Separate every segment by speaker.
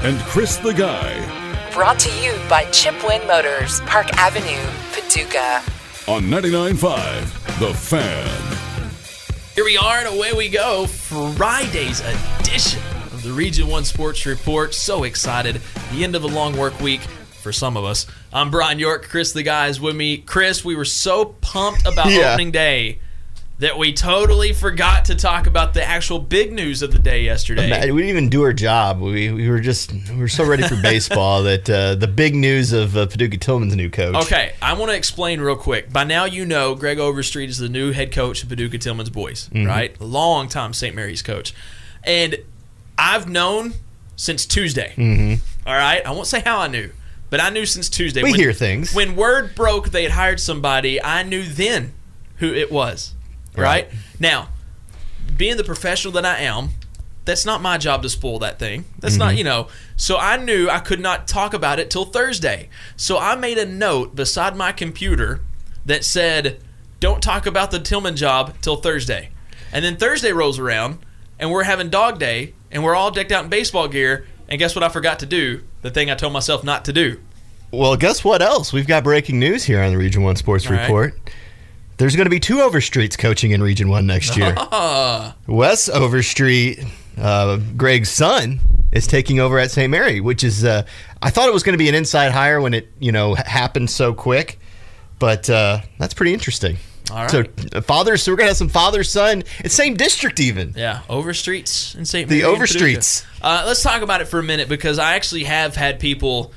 Speaker 1: and Chris the Guy
Speaker 2: Brought to you by Chipwin Motors, Park Avenue, Paducah.
Speaker 1: on 99.5 The Fan.
Speaker 3: Here we are, and away we go. Friday's edition of the Region 1 Sports Report. So excited. The end of a long work week for some of us. I'm Brian York. Chris, the guy, is with me. Chris, we were so pumped about
Speaker 4: Yeah.
Speaker 3: opening day that we totally forgot to talk about the actual big news of the day yesterday.
Speaker 4: Man, we didn't even do our job. We, we were just we were so ready for baseball that uh, the big news of uh, Paducah Tillman's new coach.
Speaker 3: Okay, I want to explain real quick. By now, you know Greg Overstreet is the new head coach of Paducah Tillman's boys,
Speaker 4: Mm-hmm.
Speaker 3: right? Long time St. Mary's coach, and I've known since Tuesday. All right, I won't say how I knew, but I knew since Tuesday.
Speaker 4: Mm-hmm. We hear things.
Speaker 3: When word broke they had hired somebody, I knew then who it was. right? now, being the professional that I am, that's not my job to spoil that thing. That's not, you know. So I knew I could not talk about it till Thursday. So I made a note beside my computer that said, "Don't talk about the Tillman job till Thursday." And then Thursday rolls around, and we're having dog day, and we're all decked out in baseball gear. And guess what? I forgot to do the thing I told myself not to do.
Speaker 4: Well, guess what else? We've got breaking news here on the Region One Sports
Speaker 3: right.
Speaker 4: Report. There's going to be two Overstreets coaching in Region One next year. Wes Overstreet, uh, Greg's son, is taking over at St. Mary, which is uh, I thought it was going to be an inside hire when it you know h- happened so quick, but uh, that's pretty interesting.
Speaker 3: All
Speaker 4: So
Speaker 3: right.
Speaker 4: uh, father, so we're gonna have some father son. It's same district even.
Speaker 3: Yeah, Overstreets in St.
Speaker 4: The
Speaker 3: Mary and Paducah.
Speaker 4: Overstreets.
Speaker 3: Uh, let's talk about it for a minute because I actually have had people,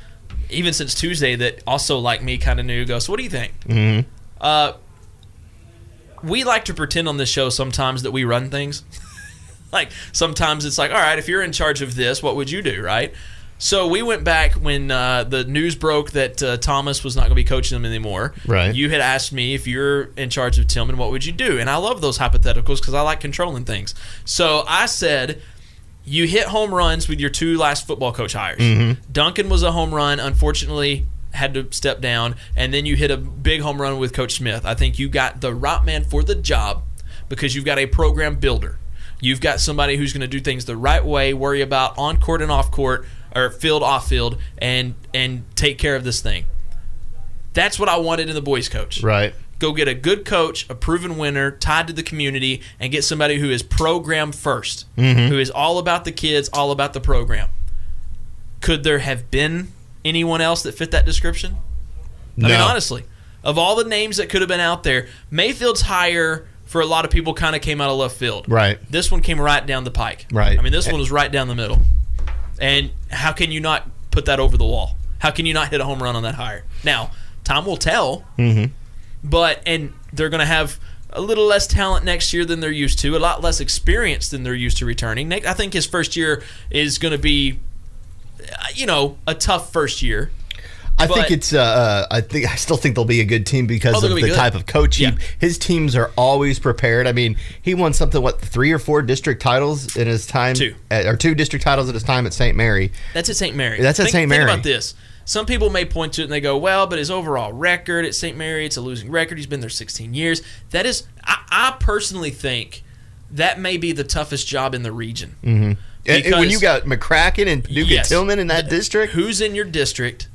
Speaker 3: even since Tuesday, that also like me kind of knew. Go, so what do you think? Mm-hmm. Uh, we like to pretend on this show sometimes that we run things. like sometimes it's like, all right, if you're in charge of this, what would you do, right? So we went back when uh, the news broke that uh, Thomas was not going to be coaching them anymore.
Speaker 4: Right.
Speaker 3: You had asked me if you're in charge of Tillman, what would you do? And I love those hypotheticals because I like controlling things. So I said, you hit home runs with your two last football coach hires. Duncan was a home run, unfortunately had to step down, and then you hit a big home run with Coach Smith. I think you got the right man for the job because you've got a program builder. You've got somebody who's going to do things the right way, worry about on court and off court or field off field and and take care of this thing. That's what I wanted in the boys coach
Speaker 4: Right.
Speaker 3: go get a good coach, a proven winner, tied to the community, and get somebody who is program 1st
Speaker 4: Mm-hmm.
Speaker 3: who is all about the kids, all about the program. Could there have been anyone else that fit that description?
Speaker 4: No.
Speaker 3: I mean, honestly, of all the names that could have been out there, Mayfield's hire for a lot of people kind of came out of left field.
Speaker 4: Right.
Speaker 3: This one came right down the pike.
Speaker 4: Right.
Speaker 3: I mean, this one was right down the middle. And how can you not put that over the wall? How can you not hit a home run on that hire? Now, time will tell. But and they're going to have a little less talent next year than they're used to, a lot less experience than they're used to returning. Nick, I think his first year is going to be, uh, you know, a tough first year.
Speaker 4: I
Speaker 3: but-
Speaker 4: think it's. Uh, uh, I think I still think they'll be a good team because
Speaker 3: Oh, they're
Speaker 4: of
Speaker 3: gonna
Speaker 4: the
Speaker 3: be good.
Speaker 4: type of coach he.
Speaker 3: Yeah.
Speaker 4: His teams are always prepared. I mean, he won something what three or four district titles in his time,
Speaker 3: Two.
Speaker 4: at- or two district titles at his time at St. Mary.
Speaker 3: That's at St. Mary.
Speaker 4: That's at
Speaker 3: Think-
Speaker 4: St.
Speaker 3: Think
Speaker 4: Mary.
Speaker 3: about this. Some people may point to it and they go, well, but his overall record at St. Mary, it's a losing record. He's been there 16 years. That is, I, I personally think that may be the toughest job in the region. Mm-hmm.
Speaker 4: And, and when you got McCracken and Duke
Speaker 3: Yes.
Speaker 4: Tillman in that district,
Speaker 3: who's in your district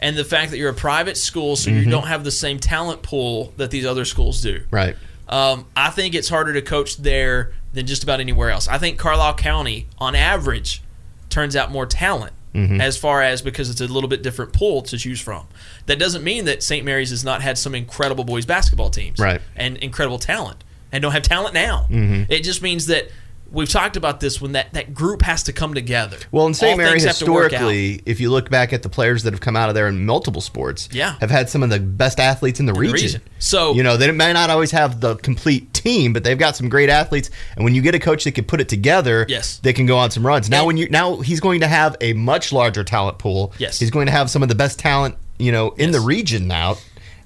Speaker 3: and the fact that you're a private school, so you don't have the same talent pool that these other schools do.
Speaker 4: Mm-hmm. right?
Speaker 3: Um, I think it's harder to coach there than just about anywhere else. I think Carlisle County, on average, turns out more talent
Speaker 4: Mm-hmm.
Speaker 3: as far as because it's a little bit different pool to choose from. That doesn't mean that St. Mary's has not had some incredible boys basketball teams
Speaker 4: Right. Mm-hmm.
Speaker 3: and incredible talent and don't have talent now. It just means that We've talked about this when that, that group has to come together.
Speaker 4: Well, in St.
Speaker 3: All
Speaker 4: Mary
Speaker 3: things have to work out.
Speaker 4: historically, if you look back at the players that have come out of there in multiple sports,
Speaker 3: Yeah.
Speaker 4: have had some of the best athletes in the, region.
Speaker 3: region. So-
Speaker 4: you know they may not always have the complete team, but they've got some great athletes. And when you get a coach that can put it together,
Speaker 3: Yes.
Speaker 4: they can go on some runs. Now,
Speaker 3: And-
Speaker 4: when you now he's going to have a much larger talent pool.
Speaker 3: Yes.
Speaker 4: he's going to have some of the best talent you know in the
Speaker 3: Yes.
Speaker 4: region now.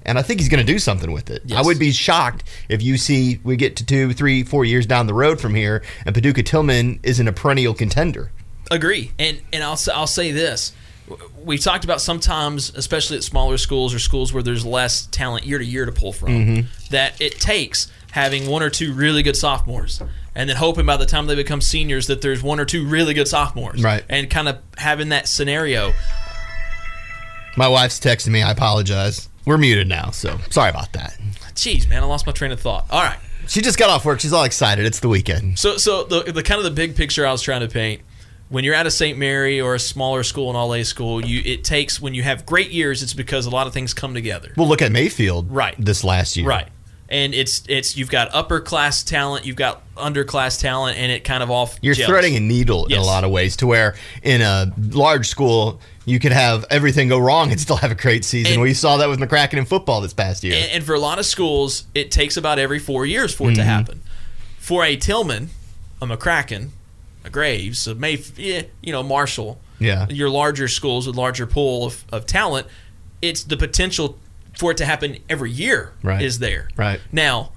Speaker 4: And I think he's going to do something with it. I
Speaker 3: Yes.
Speaker 4: would be shocked if you see we get to two, three, four years down the road from here, and Paducah Tillman isn't a perennial contender.
Speaker 3: Agree, and and I'll s- I'll say this: W- we've talked about sometimes, especially at smaller schools or schools where there's less talent year to year to pull from, that it takes having one or two really good sophomores, and then hoping by the time they become seniors that there's one or two really good sophomores,
Speaker 4: Right.
Speaker 3: And kind of having that scenario.
Speaker 4: My wife's texting me. I apologize. We're muted now, so sorry about that.
Speaker 3: Jeez, man, I lost my train of thought. All right,
Speaker 4: She just got off work. She's all excited. It's the weekend.
Speaker 3: So, so the, the kind of the big picture I was trying to paint. When you're at a St. Mary or a smaller school, an all A school, you it takes when you have great years, it's because a lot of things come together.
Speaker 4: We'll look at Mayfield
Speaker 3: Right.
Speaker 4: this last year.
Speaker 3: Right. And it's it's you've got upper class talent, you've got underclass talent, and it kind of off.
Speaker 4: You're
Speaker 3: gels.
Speaker 4: threading a needle in a
Speaker 3: Yes.
Speaker 4: lot of ways to where in a large school, you could have everything go wrong and still have a great season.
Speaker 3: And-
Speaker 4: we saw that with McCracken in football this past year.
Speaker 3: And, and for a lot of schools, it takes about every four years for it
Speaker 4: Mm-hmm.
Speaker 3: to happen. For a Tillman, a McCracken, a Graves, a May, yeah, you know, Marshall,
Speaker 4: Yeah.
Speaker 3: your larger schools with larger pool of, of talent, it's the potential for it to happen every year
Speaker 4: Right.
Speaker 3: is there.
Speaker 4: Right.
Speaker 3: Now,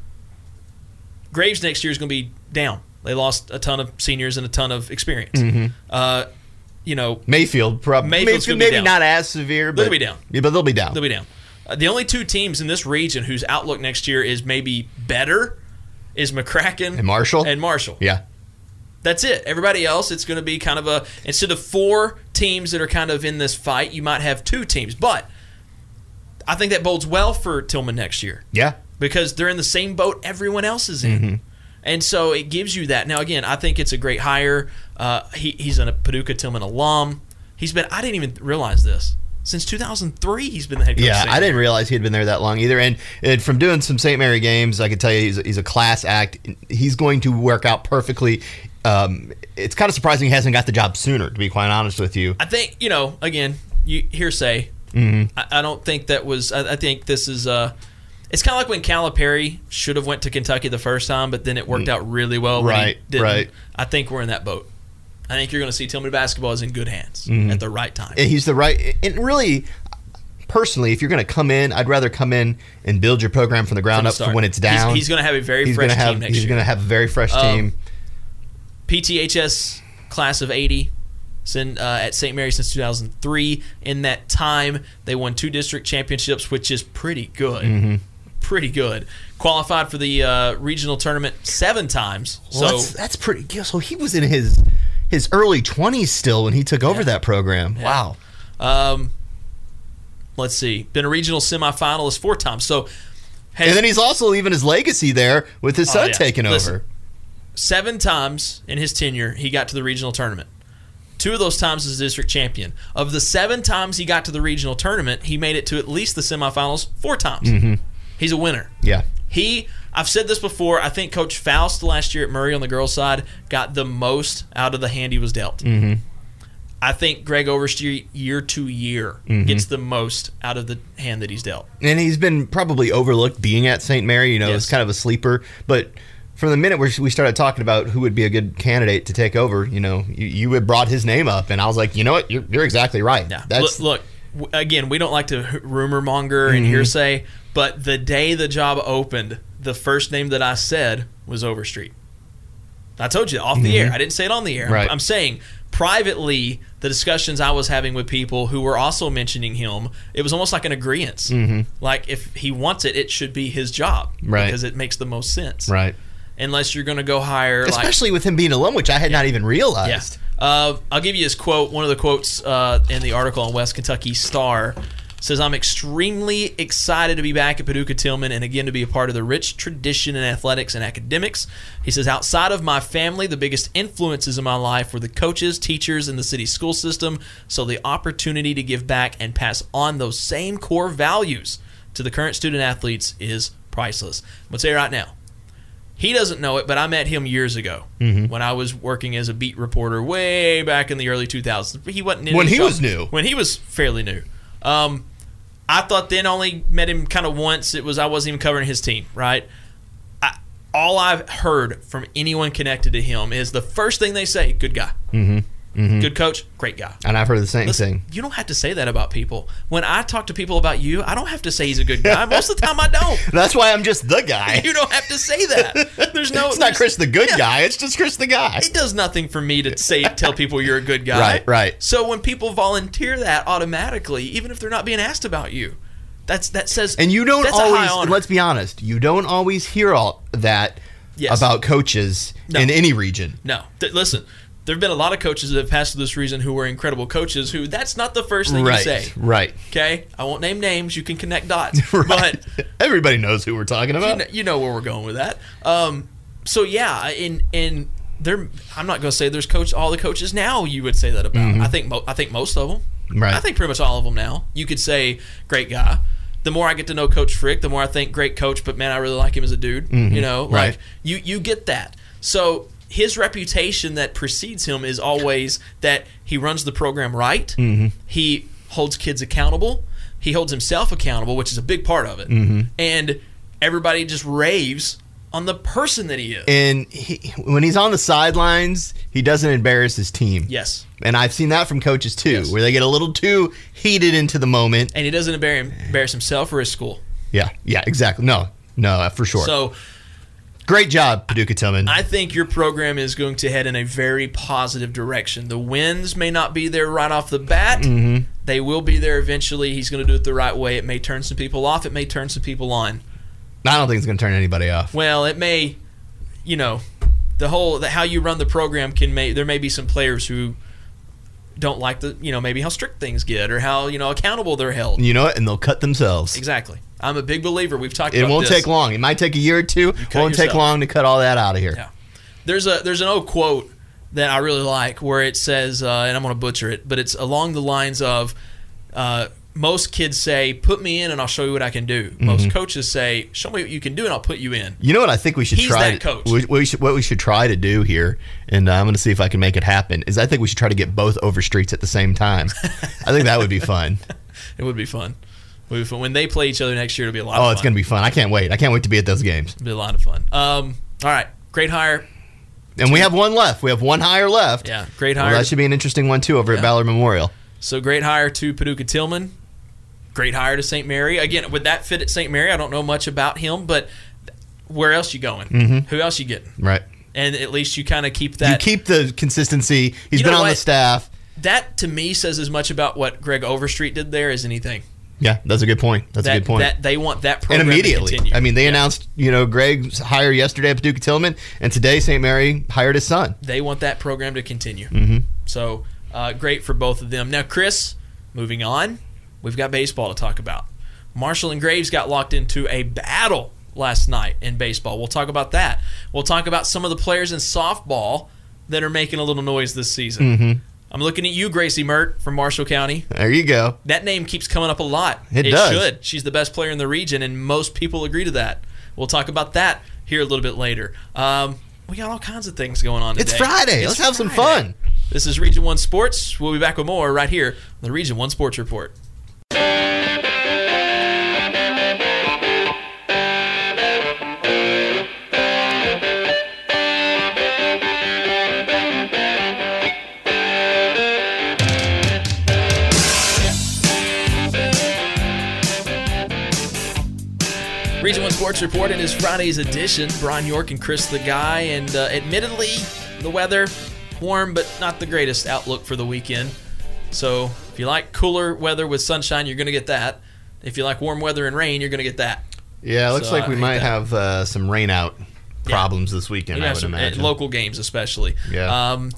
Speaker 3: Graves next year is going to be down. They lost a ton of seniors and a ton of experience.
Speaker 4: Mm-hmm.
Speaker 3: Uh, you know,
Speaker 4: Mayfield, probably
Speaker 3: Mayfield's gonna be
Speaker 4: maybe
Speaker 3: down.
Speaker 4: not as severe, but
Speaker 3: They'll be down.
Speaker 4: Yeah, but they'll be down.
Speaker 3: They'll be down. Uh, the only two teams in this region whose outlook next year is maybe better is McCracken
Speaker 4: And Marshall?
Speaker 3: And Marshall.
Speaker 4: Yeah,
Speaker 3: That's it. Everybody else, it's going to be kind of a instead of four teams that are kind of in this fight, you might have two teams. But I think that bodes well for Tillman next year
Speaker 4: yeah. Mm-hmm.
Speaker 3: because they're in the same boat everyone else is in. And so it gives you that. Now, again, I think it's a great hire. Uh, he, he's a Paducah Tillman alum. He's been, I didn't even realize this. Since 2003, he's been the head coach.
Speaker 4: Yeah,
Speaker 3: of St.
Speaker 4: I
Speaker 3: Mary's.
Speaker 4: didn't realize he'd been there that long either. And, and from doing some St. Mary games, I could tell you he's a, he's a class act. He's going to work out perfectly. Um, it's kind of surprising he hasn't got the job sooner, to be quite honest with you.
Speaker 3: I think you know. Again, you hearsay.
Speaker 4: Mm-hmm.
Speaker 3: I, I don't think that was. I, I think this is. Uh, it's kind of like when Calipari should have went to Kentucky the first time, but then it worked out really well. when he
Speaker 4: Mm. Right,
Speaker 3: didn't.
Speaker 4: right.
Speaker 3: I think we're in that boat. I think you're going to see Tillman basketball is in good hands
Speaker 4: Mm-hmm.
Speaker 3: at the right time.
Speaker 4: And he's the right. And really, personally, if you're going to come in, I'd rather come in and build your program from the ground
Speaker 3: the
Speaker 4: up
Speaker 3: start.
Speaker 4: when it's
Speaker 3: He's-
Speaker 4: down.
Speaker 3: he's gonna have a very
Speaker 4: He's
Speaker 3: fresh
Speaker 4: gonna have,
Speaker 3: team next
Speaker 4: He's
Speaker 3: year. Um,
Speaker 4: going to have a very fresh team.
Speaker 3: PTHS class of 80 sin- uh, at St. Mary since 2003. In that time, they won two district championships, which is pretty good. Pretty good. Qualified for the uh, regional tournament seven times.
Speaker 4: Well, that's,
Speaker 3: so
Speaker 4: that's pretty. yeah, So he was in his his early 20s still when he took over that program. Wow.
Speaker 3: um, let's see. Been a regional semifinalist four times. So has
Speaker 4: And then he's also leaving his legacy there with his
Speaker 3: Oh,
Speaker 4: son
Speaker 3: yeah.
Speaker 4: taking
Speaker 3: Listen,
Speaker 4: over.
Speaker 3: seven times in his tenure he got to the regional tournament. Two of those times as district champion. Of the seven times he got to the regional tournament, he made it to at least the semifinals four times. He's a winner.
Speaker 4: Yeah.
Speaker 3: He, I've said this before. I think Coach Faust last year at Murray on the girls' side got the most out of the hand he was dealt. Mm-hmm. I think Greg Overstreet year to year gets the most out of the hand that he's dealt.
Speaker 4: And he's been probably overlooked being at St. Mary. You know,
Speaker 3: Yes.
Speaker 4: it's kind of a sleeper. But from the minute where we started talking about who would be a good candidate to take over, you know, you, you had brought his name up. And I was like, you know what? You're, you're exactly right.
Speaker 3: Yeah.
Speaker 4: That's, Mm-hmm.
Speaker 3: look, look, w- again, we don't like to h- rumor monger and hearsay, but the day the job opened, the first name that I said was Overstreet. I told you off the air. I didn't say it on the air. I'm-
Speaker 4: Mm-hmm. Right.
Speaker 3: I'm saying privately the discussions I was having with people who were also mentioning him, it was almost like an agreement. Like if he wants it, it should be his job
Speaker 4: Mm-hmm. Right.
Speaker 3: because it makes the most sense.
Speaker 4: right.
Speaker 3: Unless you're going to go hire like
Speaker 4: Especially with him being alone, which I had not even
Speaker 3: yeah.
Speaker 4: realized.
Speaker 3: Uh, I'll give you his quote. One of the quotes uh, in the article on West Kentucky Star says, I'm extremely excited to be back at Paducah Tillman and again to be a part of the rich tradition in athletics and academics. He says, outside of my family, the biggest influences in my life were the coaches, teachers, and the city school system. So the opportunity to give back and pass on those same core values to the current student athletes is priceless. I'm going to tell you right now He doesn't know it, but I met him years ago
Speaker 4: Mm-hmm.
Speaker 3: when I was working as a beat reporter way back in the early 2000s. He wasn't in
Speaker 4: When
Speaker 3: his
Speaker 4: he
Speaker 3: job-
Speaker 4: was new.
Speaker 3: When he was fairly new. Um, I thought then only met him kind of once. It was I wasn't even covering his team, right? I, all I've heard from anyone connected to him is the first thing they say, "Good guy, mm-hmm. good coach, great guy."
Speaker 4: And I've heard the same
Speaker 3: Listen,
Speaker 4: thing.
Speaker 3: You don't have to say that about people. When I talk to people about you, I don't have to say he's a good guy. Most of the time, I don't.
Speaker 4: That's why I'm just the guy.
Speaker 3: You don't have to say that. There's no.
Speaker 4: it's not
Speaker 3: there's-
Speaker 4: Chris the good
Speaker 3: Yeah,
Speaker 4: guy. It's just Chris the guy.
Speaker 3: It does nothing for me to say tell people you're a good guy.
Speaker 4: Right, right.
Speaker 3: So when people volunteer that automatically, even if they're not being asked about you, that's that says.
Speaker 4: And you don't
Speaker 3: that's a high
Speaker 4: always.
Speaker 3: honor.
Speaker 4: Let's be honest. You don't always hear all that
Speaker 3: Yes.
Speaker 4: about coaches
Speaker 3: No.
Speaker 4: in any region.
Speaker 3: No, Th- listen. There have been a lot of coaches that have passed through this reason who were incredible coaches. Who that's not the first thing
Speaker 4: right.
Speaker 3: you say.
Speaker 4: Right.
Speaker 3: Okay, I won't name names. You can connect dots,
Speaker 4: Right.
Speaker 3: but
Speaker 4: Everybody knows who we're talking
Speaker 3: you
Speaker 4: about.
Speaker 3: know, you know where we're going with that. Um, so yeah, and and there, I'm not going to say there's coach all the coaches now. You would say that about. I think mo- I think most of them.
Speaker 4: Mm-hmm. Right.
Speaker 3: I think pretty much all of them now. You could say great guy. The more I get to know Coach Frick, the more I think great coach. But man, I really like him as a dude.
Speaker 4: Mm-hmm.
Speaker 3: You know, like
Speaker 4: Right.
Speaker 3: you you get that. So his reputation that precedes him is always that he runs the program right.
Speaker 4: Mm-hmm.
Speaker 3: He holds kids accountable. He holds himself accountable, which is a big part of it.
Speaker 4: Mm-hmm.
Speaker 3: And everybody just raves on the person that he is.
Speaker 4: and he, when he's on the sidelines, he doesn't embarrass his team.
Speaker 3: yes.
Speaker 4: And I've seen that from coaches too,
Speaker 3: Yes.
Speaker 4: where they get a little too heated into the moment.
Speaker 3: And he doesn't embarrass embarrass himself or his school.
Speaker 4: Yeah, yeah, exactly. No, no, uh, for sure.
Speaker 3: So
Speaker 4: Great job, Paducah Tillman.
Speaker 3: I think your program is going to head in a very positive direction. The wins may not be there right off the bat.
Speaker 4: Mm-hmm.
Speaker 3: They will be there eventually. He's going to do it the right way. It may turn some people off. It may turn some people on.
Speaker 4: I don't think it's going to turn anybody off.
Speaker 3: Well, it may, you know, the whole the, how you run the program can may there may be some players who don't like the you know maybe how strict things get or how you know accountable they're held.
Speaker 4: You know what? And they'll cut themselves.
Speaker 3: Exactly. I'm a big believer. We've talked.
Speaker 4: It
Speaker 3: about
Speaker 4: won't
Speaker 3: this.
Speaker 4: take long. It might take a year or two. It
Speaker 3: cut
Speaker 4: won't take
Speaker 3: yourself.
Speaker 4: long to cut all that out of here.
Speaker 3: Yeah. There's a there's an old quote that I really like where it says, uh, and I'm going to butcher it, but it's along the lines of, uh, most kids say, "Put me in, and I'll show you what I can do."
Speaker 4: Mm-hmm.
Speaker 3: Most coaches say, "Show me what you can do, and I'll put you in."
Speaker 4: You know what I think we should
Speaker 3: He's
Speaker 4: try
Speaker 3: that
Speaker 4: to,
Speaker 3: coach.
Speaker 4: We, we should, what we should try to do here, and uh, I'm going to see if I can make it happen. Is I think we should try to get both Overstreets at the same time. I think that would be fun.
Speaker 3: It would be fun. It would be fun. When they play each other next year, it'll be a lot.
Speaker 4: Oh,
Speaker 3: of
Speaker 4: it's
Speaker 3: fun.
Speaker 4: going to be fun. I can't wait. I can't wait to be at those games.
Speaker 3: It'll be a lot of fun. Um, all right, great hire.
Speaker 4: And we have one left. We have one higher left.
Speaker 3: Yeah, great
Speaker 4: Well,
Speaker 3: hire.
Speaker 4: that should be an interesting one too over
Speaker 3: Yeah.
Speaker 4: at Ballard Memorial.
Speaker 3: So great hire to Paducah Tillman. Great hire to St. Mary. Again, would that fit at St. Mary? I don't know much about him, but where else you going?
Speaker 4: Mm-hmm.
Speaker 3: Who else you getting?
Speaker 4: Right.
Speaker 3: And at least you kind of keep
Speaker 4: You
Speaker 3: that.
Speaker 4: keep the consistency. He's
Speaker 3: You
Speaker 4: been
Speaker 3: know
Speaker 4: on the
Speaker 3: what?
Speaker 4: staff.
Speaker 3: that to me says as much about what Greg Overstreet did there as anything.
Speaker 4: Yeah, that's a good point. That's
Speaker 3: that,
Speaker 4: a good point.
Speaker 3: That they want that
Speaker 4: and
Speaker 3: program To
Speaker 4: immediately,
Speaker 3: continue.
Speaker 4: I mean, they announced you know Greg's hire yesterday at Paducah Tillman, and today St. Mary hired his son.
Speaker 3: they want that program to continue. Mm-hmm. So uh, great for both of them. Now, Chris, moving on, we've got baseball to talk about. Marshall and Graves got locked into a battle last night in baseball. We'll talk about that. We'll talk about some of the players in softball that are making a little noise this season.
Speaker 4: Mm-hmm.
Speaker 3: I'm looking at you, Gracie Mert from Marshall County.
Speaker 4: There you go.
Speaker 3: That name keeps coming up a lot.
Speaker 4: It does.
Speaker 3: should. She's the best player in the region, and most people agree to that. We'll talk about that here a little bit later. Um, we got all kinds of things going on today.
Speaker 4: It's Friday.
Speaker 3: It's
Speaker 4: Let's have some
Speaker 3: Friday.
Speaker 4: fun.
Speaker 3: This is Region 1 Sports. We'll be back with more right here on the Region 1 Sports Report. Region 1 Sports Report. It is Friday's edition. Brian York and Chris the Guy. And uh, admittedly, the weather, warm, but not the greatest outlook for the weekend. So if you like cooler weather with sunshine, you're going to get that. If you like warm weather and rain, you're going to get that.
Speaker 4: Yeah, it looks
Speaker 3: So,
Speaker 4: like
Speaker 3: I
Speaker 4: we
Speaker 3: think
Speaker 4: might
Speaker 3: that-
Speaker 4: have uh, some rain out problems this weekend.
Speaker 3: You
Speaker 4: I
Speaker 3: have
Speaker 4: would
Speaker 3: some, uh,
Speaker 4: imagine.
Speaker 3: local games, especially.
Speaker 4: Yeah.
Speaker 3: Um,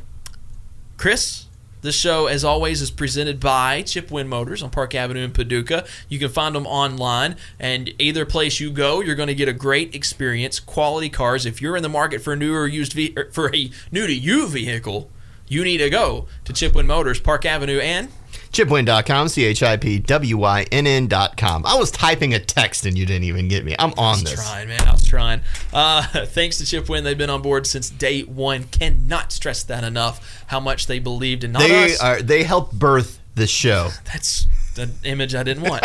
Speaker 3: Chris, this show, as always, is presented by Chip Win Motors on Park Avenue in Paducah. You can find them online, and either place you go, you're going to get a great er, experience, quality cars. If you're in the market for a new or used ve- or for a new to you vehicle. you need to go to Chipwin Motors, Park Avenue, and
Speaker 4: Chipwin.com, C H I P W Y N N.com. I was typing a text and you didn't even get me. I'm on this.
Speaker 3: trying, man. I was trying. Uh, thanks to Chip Wynn, they've been on board since day one. Cannot stress that enough. How much they believed in not
Speaker 4: They
Speaker 3: us.
Speaker 4: are they helped birth this show.
Speaker 3: That's the image I didn't want.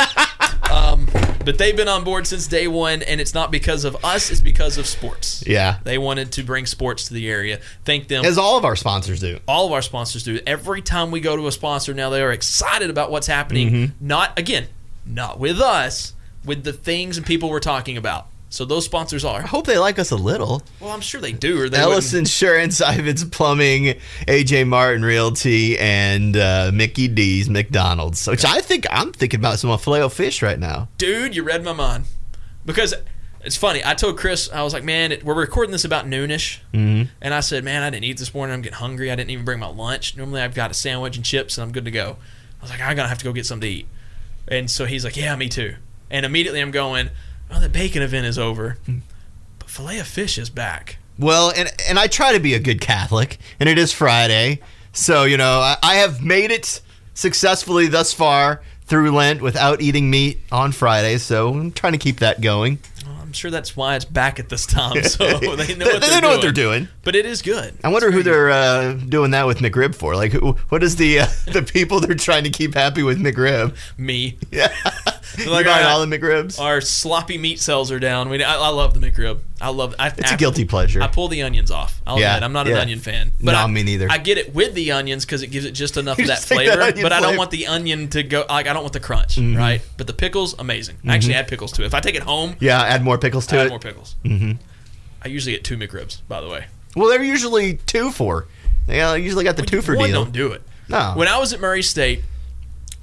Speaker 3: um, but they've been on board since day one, and it's not because of us; it's because of sports.
Speaker 4: Yeah.
Speaker 3: they wanted to bring sports to the area. Thank them.
Speaker 4: As all of our sponsors do.
Speaker 3: all of our sponsors do. Every time we go to a sponsor now, they are excited about what's happening.
Speaker 4: Mm-hmm.
Speaker 3: Not again, not with us, with the things and people we're talking about. So those sponsors are.
Speaker 4: I hope they like us a little.
Speaker 3: Well, I'm sure they do, or they
Speaker 4: Ellis
Speaker 3: wouldn't-
Speaker 4: Insurance, Ivan's Plumbing, AJ Martin Realty, and uh, Mickey D's McDonald's, which I think I'm thinking about some filet fish right now.
Speaker 3: dude, you read my mind. Because it's funny. I told Chris, I was like, man, it, we're recording this about noonish, mm-hmm. and I said, man, I didn't eat this morning. I'm getting hungry. I didn't even bring my lunch. Normally, I've got a sandwich and chips, and I'm good to go. I was like, I'm gonna have to go get something to eat. And so he's like, yeah, me too. And immediately, I'm going, oh, the bacon event is over,
Speaker 4: Hmm.
Speaker 3: but filet of fish is back.
Speaker 4: Well, and and I try to be a good Catholic, and it is Friday, so you know I, I have made it successfully thus far through Lent without eating meat on Friday. So I'm trying to keep that going.
Speaker 3: Well, I'm sure that's why it's back at this time. So they know,
Speaker 4: They-
Speaker 3: what, they're
Speaker 4: they know what they're doing.
Speaker 3: But it is good.
Speaker 4: I wonder who they're uh, doing that with McRib for. Like, who, what is the uh, the people they're trying to keep happy with McRib?
Speaker 3: Me.
Speaker 4: Yeah, you
Speaker 3: Like, uh,
Speaker 4: buying
Speaker 3: I-
Speaker 4: all the McRibs.
Speaker 3: Our sloppy meat cells are down. We, I, I love the McRib. I love. I,
Speaker 4: It's a guilty pleasure.
Speaker 3: I pull the onions off. I'll
Speaker 4: Yeah,
Speaker 3: admit, I'm not
Speaker 4: yeah.
Speaker 3: an onion fan.
Speaker 4: No,
Speaker 3: I,
Speaker 4: me neither.
Speaker 3: I get it with the onions because it gives it just enough of that
Speaker 4: just take that
Speaker 3: flavor. but
Speaker 4: onion
Speaker 3: I don't
Speaker 4: flavor. Mm-hmm.
Speaker 3: want the onion to go. Like I don't want the crunch, right? But the pickles, amazing. I actually add pickles to it. If I take it home,
Speaker 4: yeah, add more pickles
Speaker 3: I
Speaker 4: to
Speaker 3: add
Speaker 4: it.
Speaker 3: more pickles. Mm-hmm. I usually get two McRibs, by the way.
Speaker 4: well, they're usually two for. They uh, usually got the two for
Speaker 3: One
Speaker 4: deal.
Speaker 3: don't do it.
Speaker 4: No.
Speaker 3: When I was at Murray State,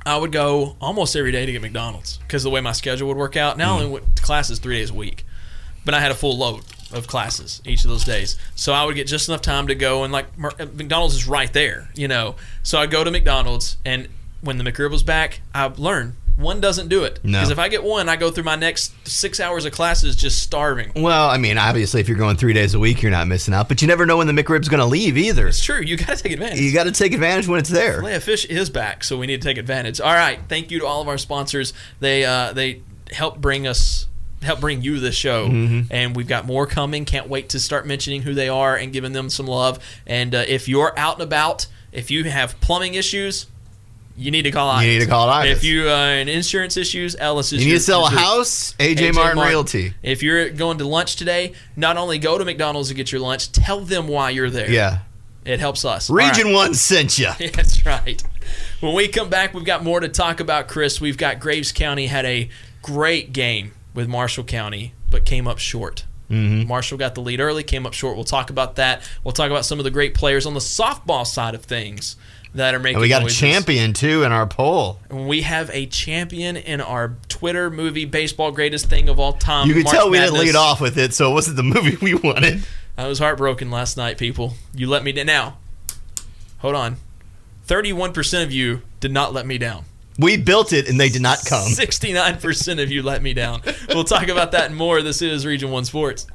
Speaker 3: I would go almost every day to get McDonald's because the way my schedule would work out.
Speaker 4: Hmm.
Speaker 3: Now I only went to classes three days a week, but I had a full load of classes each of those days, so I would get just enough time to go and like Mur- uh, McDonald's is right there, you know. So I go to McDonald's and when the McRib was back, I learned one doesn't do it
Speaker 4: No.
Speaker 3: because if I get one, I go through my next six hours of classes just starving.
Speaker 4: Well, I mean, obviously, if you're going three days a week, you're not missing out. But you never know when the McRib's going to leave either.
Speaker 3: It's true. You got to take advantage.
Speaker 4: You got to take advantage when it's there.
Speaker 3: Leia Fish is back, so we need to take advantage. All right, thank you to all of our sponsors. They uh, they help bring us help bring you this show,
Speaker 4: Mm-hmm.
Speaker 3: and we've got more coming. Can't wait to start mentioning who they are and giving them some love. And uh, if you're out and about, if you have plumbing issues. You need to call Ivis.
Speaker 4: You need to call Ivis.
Speaker 3: If you uh, in insurance issues, Ellis is
Speaker 4: You need
Speaker 3: your-
Speaker 4: to sell a
Speaker 3: is your-
Speaker 4: house, AJ, Martin, Realty.
Speaker 3: If you're going to lunch today, not only go to McDonald's to get your lunch, tell them why you're there.
Speaker 4: Yeah.
Speaker 3: It helps us. All right.
Speaker 4: Region 1 sent you.
Speaker 3: That's right. When we come back, we've got more to talk about, Chris. We've got Graves County had a great game with Marshall County, but came up short.
Speaker 4: Mm-hmm.
Speaker 3: Marshall got the lead early, came up short. We'll talk about that. We'll talk about some of the great players on the softball side of things that are making.
Speaker 4: And we got a
Speaker 3: noises.
Speaker 4: champion, too, in our poll.
Speaker 3: And We have a champion in our Twitter movie baseball greatest thing of all time.
Speaker 4: You could
Speaker 3: March
Speaker 4: tell we
Speaker 3: Madness.
Speaker 4: didn't lead off with it, so it wasn't the movie we wanted.
Speaker 3: I was heartbroken last night, people. You let me down. Now, hold on. Thirty-one percent of you did not let me down.
Speaker 4: We built it, and they did not come.
Speaker 3: 69% of you let me down. We'll talk about that and more. This is Region 1 Sports.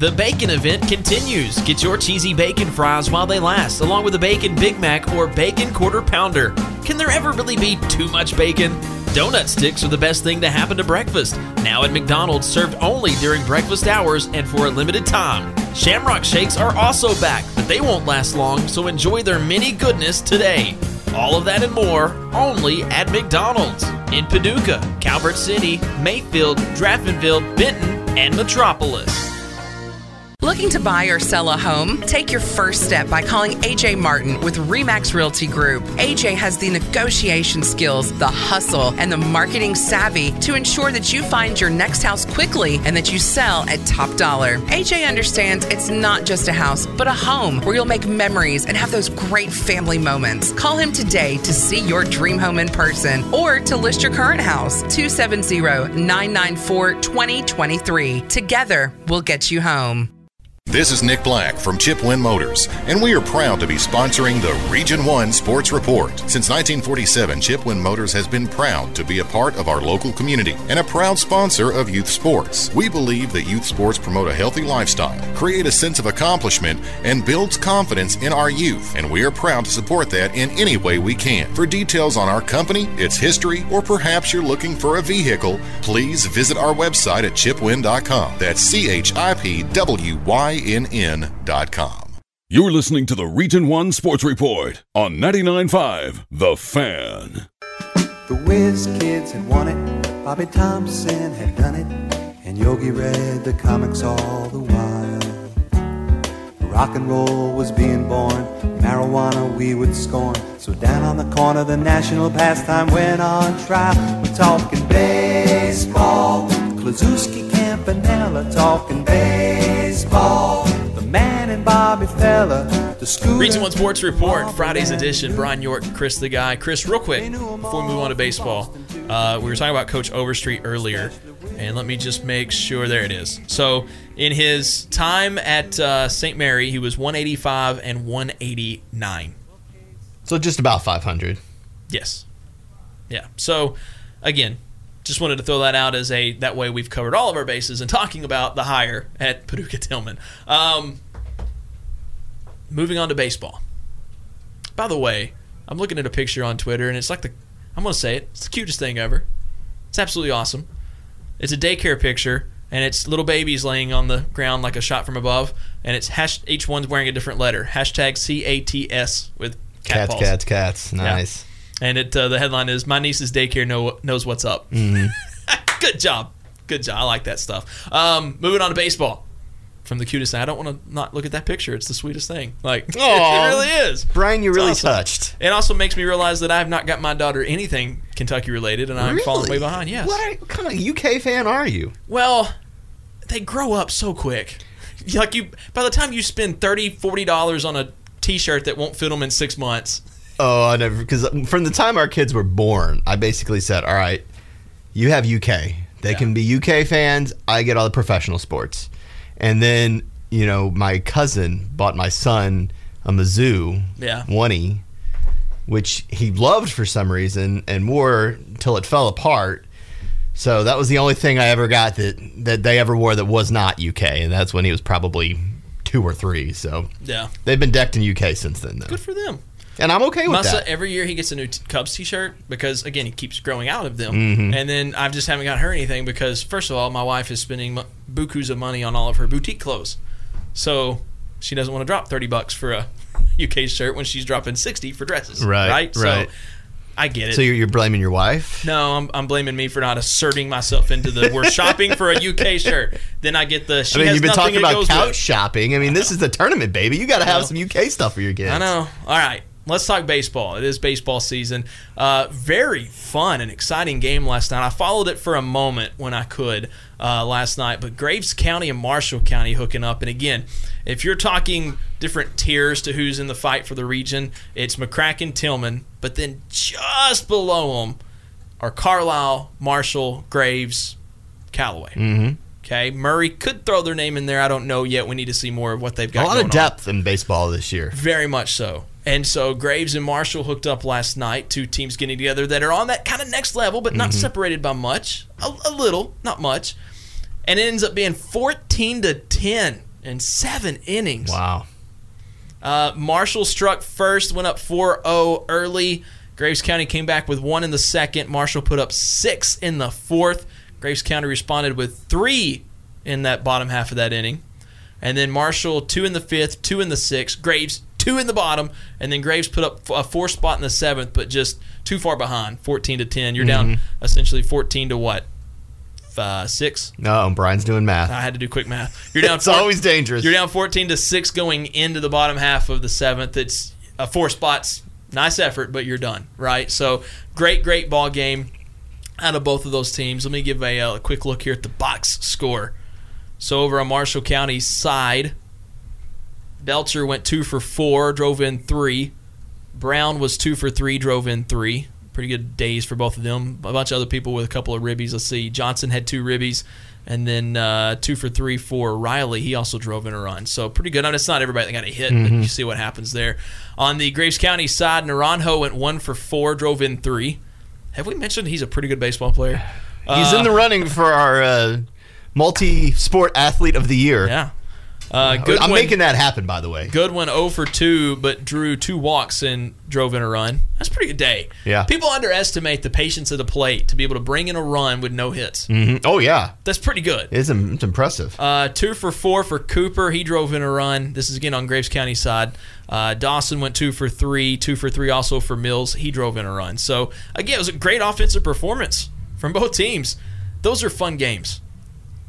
Speaker 3: The bacon event continues. Get your cheesy bacon fries while they last, along with a bacon Big Mac or bacon quarter pounder. Can there ever really be too much bacon? Donut sticks are the best thing to happen to breakfast. Now at McDonald's, served only during breakfast hours and for a limited time. Shamrock shakes are also back, but they won't last long, so enjoy their mini goodness today. All of that and more only at McDonald's in Paducah, Calvert City, Mayfield, Draftmanville, Benton, and Metropolis.
Speaker 2: Looking to buy or sell a home? Take your first step by calling AJ Martin with Remax Realty Group. AJ has the negotiation skills, the hustle, and the marketing savvy to ensure that you find your next house quickly and that you sell at top dollar. AJ understands it's not just a house, but a home where you'll make memories and have those great family moments. Call him today to see your dream home in person or to list your current house 270 994 2023. Together, we'll get you home.
Speaker 5: This is Nick Black from Chip Win Motors, and we are proud to be sponsoring the Region 1 Sports Report. Since 1947, Chip Win Motors has been proud to be a part of our local community and a proud sponsor of youth sports. We believe that youth sports promote a healthy lifestyle, create a sense of accomplishment, and builds confidence in our youth, and we are proud to support that in any way we can. For details on our company, its history, or perhaps you're looking for a vehicle, please visit our website at chipwin.com. That's C H I P W Y N N.com.
Speaker 1: You're listening to the Region 1 Sports Report on 99.5 The Fan.
Speaker 6: The whiz kids had won it, Bobby Thompson had done it, and Yogi read the comics all the while. Rock and roll was being born, marijuana we would scorn. So down on the corner, the national pastime went on trial. We're talking baseball, Klazuski Campanella, talking baseball. The man and Bobby Fella, the school.
Speaker 7: Region 1 Sports Report, Friday's edition. Brian York, Chris the guy. Chris, real quick, before we move on to baseball, uh, we were talking about Coach Overstreet earlier, and let me just make sure. There it is. So, in his time at uh, St. Mary, he was 185 and 189.
Speaker 4: So just about 500.
Speaker 7: Yes. Yeah. So, again, just wanted to throw that out as a that way we've covered all of our bases and talking about the hire at Paducah Tillman. Um, moving on to baseball. By the way, I'm looking at a picture on Twitter and it's like the I'm gonna say it. It's the cutest thing ever. It's absolutely awesome. It's a daycare picture and it's little babies laying on the ground like a shot from above and it's hash each one's wearing a different letter. Hashtag C A T S with cat
Speaker 4: Cats,
Speaker 7: paws.
Speaker 4: cats, cats. Nice.
Speaker 7: And it uh, the headline is "My niece's daycare know, knows what's up." Good job, good job. I like that stuff. Um, moving on to baseball. From the cutest thing, I don't want to not look at that picture. It's the sweetest thing. Like
Speaker 4: Aw.
Speaker 7: it really is.
Speaker 4: Brian, you
Speaker 7: It's
Speaker 4: really
Speaker 7: awesome.
Speaker 4: touched.
Speaker 7: It also makes me realize that I have not got my daughter anything Kentucky related, and I'm falling way
Speaker 4: Really?
Speaker 7: behind. Yes.
Speaker 4: What, are, what kind of UK fan are you?
Speaker 7: Well, they grow up so quick. Like you, by the time you spend 30 dollars on a T-shirt that won't fit them in six months,
Speaker 4: Oh, I never. Because from the time our kids were born, I basically said, "All right, you have UK. They can be UK fans. I get all the professional sports." And then you know, my cousin bought my son a Mizzou
Speaker 7: Yeah.
Speaker 4: one e, which he loved for some reason and wore till it fell apart. So that was the only thing I ever got that that they ever wore that was not UK, and that's when he was probably two or three. So
Speaker 7: yeah,
Speaker 4: they've been decked in UK since then, though,
Speaker 7: good for them.
Speaker 4: and I'm okay with
Speaker 7: Masa,
Speaker 4: that.
Speaker 7: every year he gets a new t- Cubs T-shirt because again he keeps growing out of them.
Speaker 4: Mm-hmm.
Speaker 7: And then I just haven't got her anything because first of all, my wife is spending mu- bukus of money on all of her boutique clothes, so she doesn't want to drop thirty bucks for a UK shirt when she's dropping sixty for dresses.
Speaker 4: Right,
Speaker 7: right,
Speaker 4: right.
Speaker 7: So I get it.
Speaker 4: So you're, you're blaming your wife?
Speaker 7: no, I'm, I'm blaming me for not asserting myself into the we're shopping for a UK shirt. Then I get the. She
Speaker 4: I mean,
Speaker 7: has
Speaker 4: you've been
Speaker 7: nothing
Speaker 4: talking
Speaker 7: it
Speaker 4: about
Speaker 7: goes
Speaker 4: couch
Speaker 7: with.
Speaker 4: shopping. I mean, this is the tournament, baby. You got to have
Speaker 7: know.
Speaker 4: some UK stuff for your kids.
Speaker 7: I know. All right. Let's talk baseball. It is baseball season. Uh, very fun and exciting game last night. I followed it for a moment when I could uh, last night, but Graves County and Marshall County hooking up. And again, if you're talking different tiers to who's in the fight for the region, it's McCracken Tillman, but then just below them are Carlisle, Marshall, Graves, Callaway. Mm-hmm. Okay. Murray could throw their name in there. I don't know yet. We need to see more of what they've got
Speaker 4: A lot of
Speaker 7: going on.
Speaker 4: depth in baseball this year.
Speaker 7: Very much so. And so Graves and Marshall hooked up last night. Two teams getting together that are on that kind of next level, but not separated by much. A, a little, not much. And it ends up being 14 to 10 in seven innings.
Speaker 4: Wow.
Speaker 7: Uh, Marshall struck first, went up 4 0 early. Graves County came back with one in the second. Marshall put up six in the fourth. Graves County responded with three in that bottom half of that inning. And then Marshall, two in the fifth, two in the sixth. Graves, two in the bottom. And then Graves put up f- a four spot in the seventh, but just too far behind 14 to 10. You're down
Speaker 4: Mm-hmm.
Speaker 7: essentially 14 to what? F- uh, six?
Speaker 4: No, Brian's doing math.
Speaker 7: I had to do quick math. Uh, You're down.
Speaker 4: It's always dangerous.
Speaker 7: You're down 14 to six going into the bottom half of the seventh. It's uh, four spots. Nice effort, but you're done, right? So great, great ball game out of both of those teams. Let me give a, uh, a quick look here at the box score. So over on Marshall County side, Belcher went two for four, drove in three. Brown was two for three, drove in three. Pretty good days for both of them. A bunch of other people with a couple of ribbies. Let's see. Johnson had two ribbies, And then uh, two for three for Riley. He also drove in a run. So pretty good. I mean, it's not everybody that got a hit, but
Speaker 4: Mm-hmm.
Speaker 7: you see what happens there. On the Graves County side, Naranjo went one for four, drove in three. Have we mentioned he's a pretty good baseball player?
Speaker 4: He's
Speaker 7: uh,
Speaker 4: in the running for our uh, multi-sport athlete of the year.
Speaker 7: Yeah. Uh, Goodwin,
Speaker 4: I'm making that happen, by the way.
Speaker 7: Goodwin 0 for 2, but drew two walks and drove in a run. That's a pretty good day.
Speaker 4: Yeah.
Speaker 7: People underestimate the patience of the plate to be able to bring in a run with no hits.
Speaker 4: Mhm. Oh yeah,
Speaker 7: That's pretty good.
Speaker 4: it's, im- it's impressive.
Speaker 7: Uh, two for four for Cooper. He drove in a run. This is again on Graves County side. Uh, Dawson went two for three. Two for three also for Mills. He drove in a run. So again, it was a great offensive performance from both teams. Those are fun games.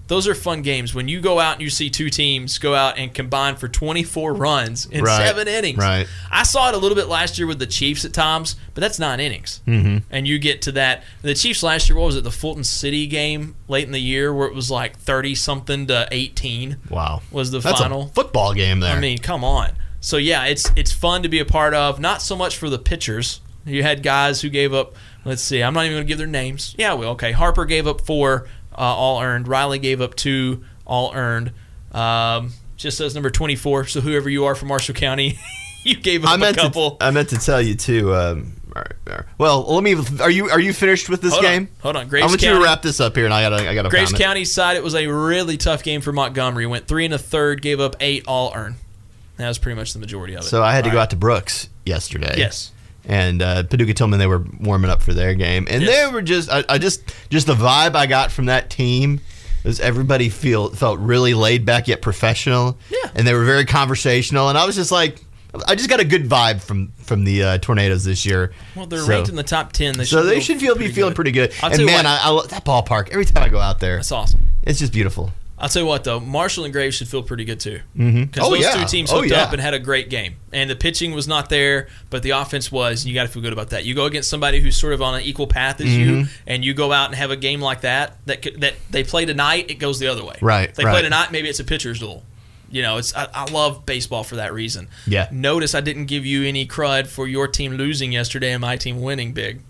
Speaker 7: Those are fun games when you go out and you see two teams go out and combine for 24 runs in
Speaker 4: Right.
Speaker 7: seven innings.
Speaker 4: Right.
Speaker 7: I saw it a little bit last year with the Chiefs at times, but that's nine innings. Mm-hmm. And you get to that. The Chiefs last year, what was it, the Fulton City game late in the year where it was like 30 something to 18?
Speaker 4: wow,
Speaker 7: Was the
Speaker 4: That's a
Speaker 7: final.
Speaker 4: football game there?
Speaker 7: I mean, come on. So yeah, it's it's fun to be a part of. Not so much for the pitchers. You had guys who gave up. Let's see. I'm not even going to give their names. Yeah, well, okay. Harper gave up four uh, all earned. Riley gave up two all earned. Um, just says number 24. So whoever you are from Marshall County, you gave up
Speaker 4: I
Speaker 7: a
Speaker 4: meant
Speaker 7: couple.
Speaker 4: to. I meant to tell you too. Um, all right, all right. well, let me. Are you are you finished with this
Speaker 7: Hold on,
Speaker 4: game?
Speaker 7: hold on,
Speaker 4: I
Speaker 7: Graves
Speaker 4: want you
Speaker 7: County-
Speaker 4: to wrap this up here, and I gotta I gotta.
Speaker 7: Graves
Speaker 4: comment.
Speaker 7: County's side, it was a really tough game for Montgomery. Went three and a third, gave up eight all earned. That was pretty much the majority of it.
Speaker 4: So I had to
Speaker 7: All
Speaker 4: go
Speaker 7: right.
Speaker 4: out to Brooks yesterday.
Speaker 7: Yes.
Speaker 4: And uh, Paducah Tillman, they were warming up for their game, and
Speaker 7: Yes.
Speaker 4: they were just I, I just just the vibe I got from that team was everybody feel felt really laid back yet professional.
Speaker 7: Yeah.
Speaker 4: And they were very conversational, and I was just like. I just got a good vibe from from the uh, tornadoes this year.
Speaker 7: Well, they're
Speaker 4: So-
Speaker 7: ranked in the top ten. They
Speaker 4: so they should feel be feeling
Speaker 7: good.
Speaker 4: pretty good.
Speaker 7: I'll tell
Speaker 4: and
Speaker 7: you
Speaker 4: man,
Speaker 7: what.
Speaker 4: I, I love that ballpark. Every time I go out there,
Speaker 7: That's awesome.
Speaker 4: it's just beautiful.
Speaker 7: I'll tell you what, though, Marshall and Graves should feel pretty good too, because mm-hmm.
Speaker 4: Oh,
Speaker 7: those
Speaker 4: yeah.
Speaker 7: two teams
Speaker 4: Oh,
Speaker 7: hooked
Speaker 4: yeah.
Speaker 7: up and had a great game, and the pitching was not there, but the offense was, and you got to feel good about that. You go against somebody who's sort of on an equal path as you,
Speaker 4: Mm-hmm.
Speaker 7: and you go out and have a game like that that could, that they play tonight, it goes the other way.
Speaker 4: Right,
Speaker 7: If they
Speaker 4: right.
Speaker 7: play tonight, maybe it's a pitcher's duel. You know, it's I, I love baseball for that reason.
Speaker 4: Yeah.
Speaker 7: Notice I didn't give you any crud for your team losing yesterday and my team winning big.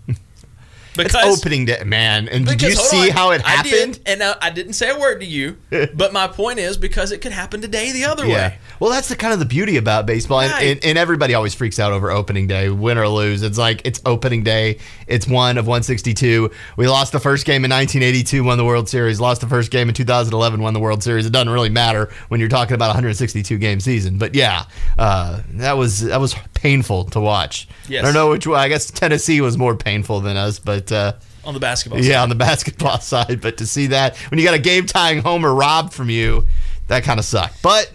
Speaker 4: It's
Speaker 7: Because
Speaker 4: opening day, man. And did you
Speaker 7: because, hold
Speaker 4: see
Speaker 7: on,
Speaker 4: how it
Speaker 7: I did,
Speaker 4: happened?
Speaker 7: and I, I didn't say a word to you, but my point is because it could happen today the other way.
Speaker 4: Well, that's the kind of the beauty about baseball, and,
Speaker 7: Right.
Speaker 4: and, and everybody always freaks out over opening day, win or lose. It's like it's opening day. It's one of 162. We lost the first game in 1982, won the World Series. Lost the first game in 2011, won the World Series. It doesn't really matter when you're talking about a 162 game season. But yeah, uh, that was that was painful to watch.
Speaker 7: Yes.
Speaker 4: I don't know which way. I guess Tennessee was more painful than us, but. Uh,
Speaker 7: On the basketball
Speaker 4: yeah, on the basketball side. But to see that when you got a game tying homer robbed from you, that kind of sucked. But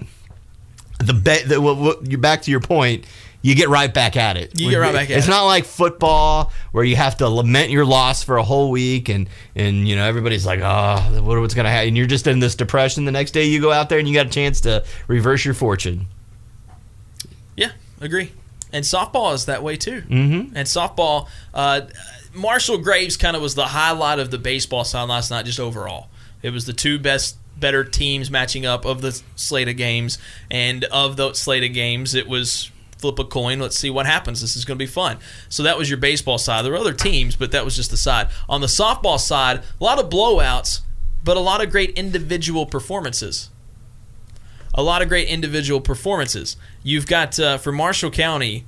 Speaker 4: the bet, the, what, what, you back to your point. You get right back at it.
Speaker 7: You get right back at
Speaker 4: It's
Speaker 7: it.
Speaker 4: not like football where you have to lament your loss for a whole week and and you know everybody's like, oh, what, what's gonna happen? And you're just in this depression. The next day you go out there and you got a chance to reverse your fortune.
Speaker 7: Yeah, agree. And softball is that way too. Mm-hmm. And softball, uh, Marshall Graves kind of was the highlight of the baseball side last night, just overall. It was the two best, better teams matching up of the slate of games. And of those slate of games, it was flip a coin. Let's see what happens. This is going to be fun. So that was your baseball side. There were other teams, but that was just the side. On the softball side, a lot of blowouts, but a lot of great individual performances a lot of great individual performances. You've got uh, for Marshall County,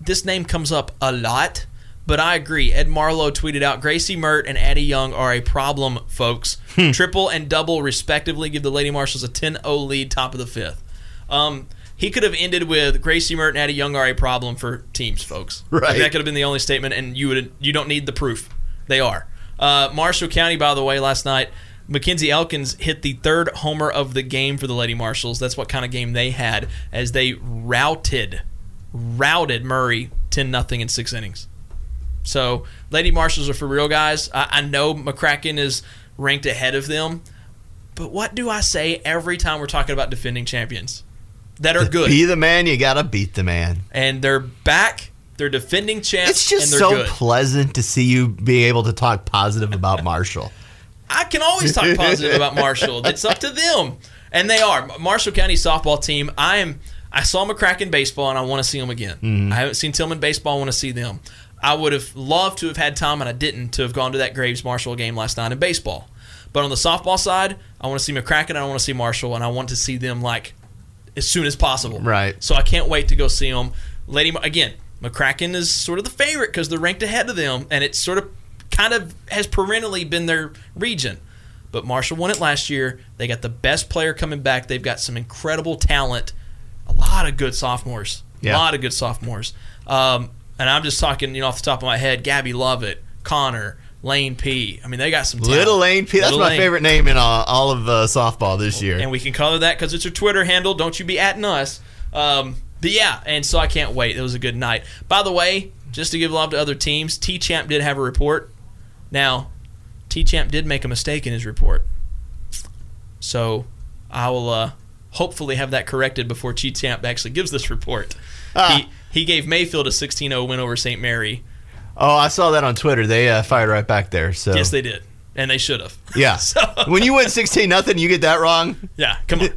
Speaker 7: this name comes up a lot, but I agree. Ed Marlowe tweeted out Gracie Mert and Addie Young are a problem, folks. Triple and double, respectively, give the Lady Marshals a 10 0 lead, top of the fifth. Um, he could have ended with Gracie Mert and Addie Young are a problem for teams, folks.
Speaker 4: Right.
Speaker 7: That could have been the only statement, and you would you don't need the proof. They are. Uh, Marshall County, by the way, last night, Mackenzie Elkins hit the third homer of the game for the Lady Marshals. That's what kind of game they had as they routed, routed Murray ten nothing in six innings. So Lady Marshals are for real, guys. I, I know McCracken is ranked ahead of them, but what do I say every time we're talking about defending champions that are good?
Speaker 4: Be the man. You gotta beat the man.
Speaker 7: and they're back. They're defending champs.
Speaker 4: It's just
Speaker 7: and they're
Speaker 4: so
Speaker 7: good.
Speaker 4: pleasant to see you be able to talk positive about Marshall.
Speaker 7: I can always talk positive about Marshall. It's up to them, and they are Marshall County softball team. I am. I saw McCracken baseball, and I want to see them again. I haven't seen Tillman baseball. I want to see them. I would have loved to have had time, and I didn't to have gone to that Graves Marshall game last night in baseball.
Speaker 3: But on the softball side, I want to see McCracken, and I want to see Marshall, and I want to see them like as soon as possible.
Speaker 4: Right.
Speaker 3: So I can't wait to go see them. Lady Ma- again, McCracken is sort of the favorite because they're ranked ahead of them, and it's sort of kind of has perennially been their region. But Marshall won it last year. They got the best player coming back. They've got some incredible talent. A lot of good sophomores. A
Speaker 4: Yeah.
Speaker 3: lot of good sophomores. Um, and I'm just talking, you know, off the top of my head, Gabby Lovett, Connor, Lane P. I mean, they got some talent.
Speaker 4: Little Lane P. That's
Speaker 3: Little
Speaker 4: my
Speaker 3: Lane.
Speaker 4: favorite name in all, all of uh, softball this year.
Speaker 3: And we can color that because it's her Twitter handle. Don't you be atting us. Um, but yeah, and so I can't wait. It was a good night. By the way, just to give love to other teams, T Champ did have a report. Now, T Champ did make a mistake in his report. So I will uh, hopefully have that corrected before T Champ actually gives this report.
Speaker 4: Ah.
Speaker 3: He, he gave Mayfield a 16 0 win over St. Mary.
Speaker 4: oh, I saw that on Twitter. They uh, fired right back there. So
Speaker 3: Yes, they did. And they should have.
Speaker 4: yeah. when you win sixteen nothing, you get that wrong,
Speaker 3: Yeah, come on.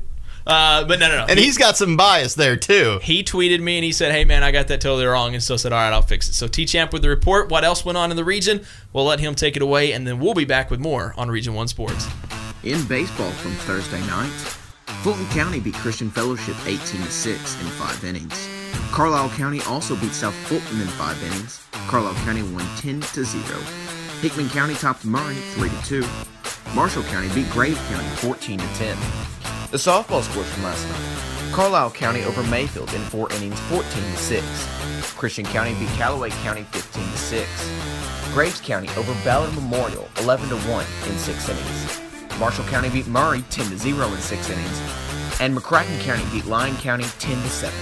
Speaker 3: Uh, but no, no, no.
Speaker 4: and he's got some bias there too.
Speaker 3: he tweeted me and he said, "Hey man, I got that totally wrong," and so I said, "All right, I'll fix it." So T Champ with the report. What else went on in the region? We'll let him take it away, and then we'll be back with more on Region One Sports.
Speaker 7: In baseball from Thursday night, Fulton County beat Christian Fellowship 18 6 in five innings. Carlisle County also beat South Fulton in five innings. Carlisle County won 10 0. Hickman County topped Murray 3 2. Marshall County beat Grave County 14 10. The softball scores from last night. Carlisle County over Mayfield in four innings 14 6. Christian County beat Callaway County 15 6. Graves County over Ballard Memorial 11 1 in six innings. Marshall County beat Murray 10 0 in six innings, and McCracken County beat Lyon County 10 7.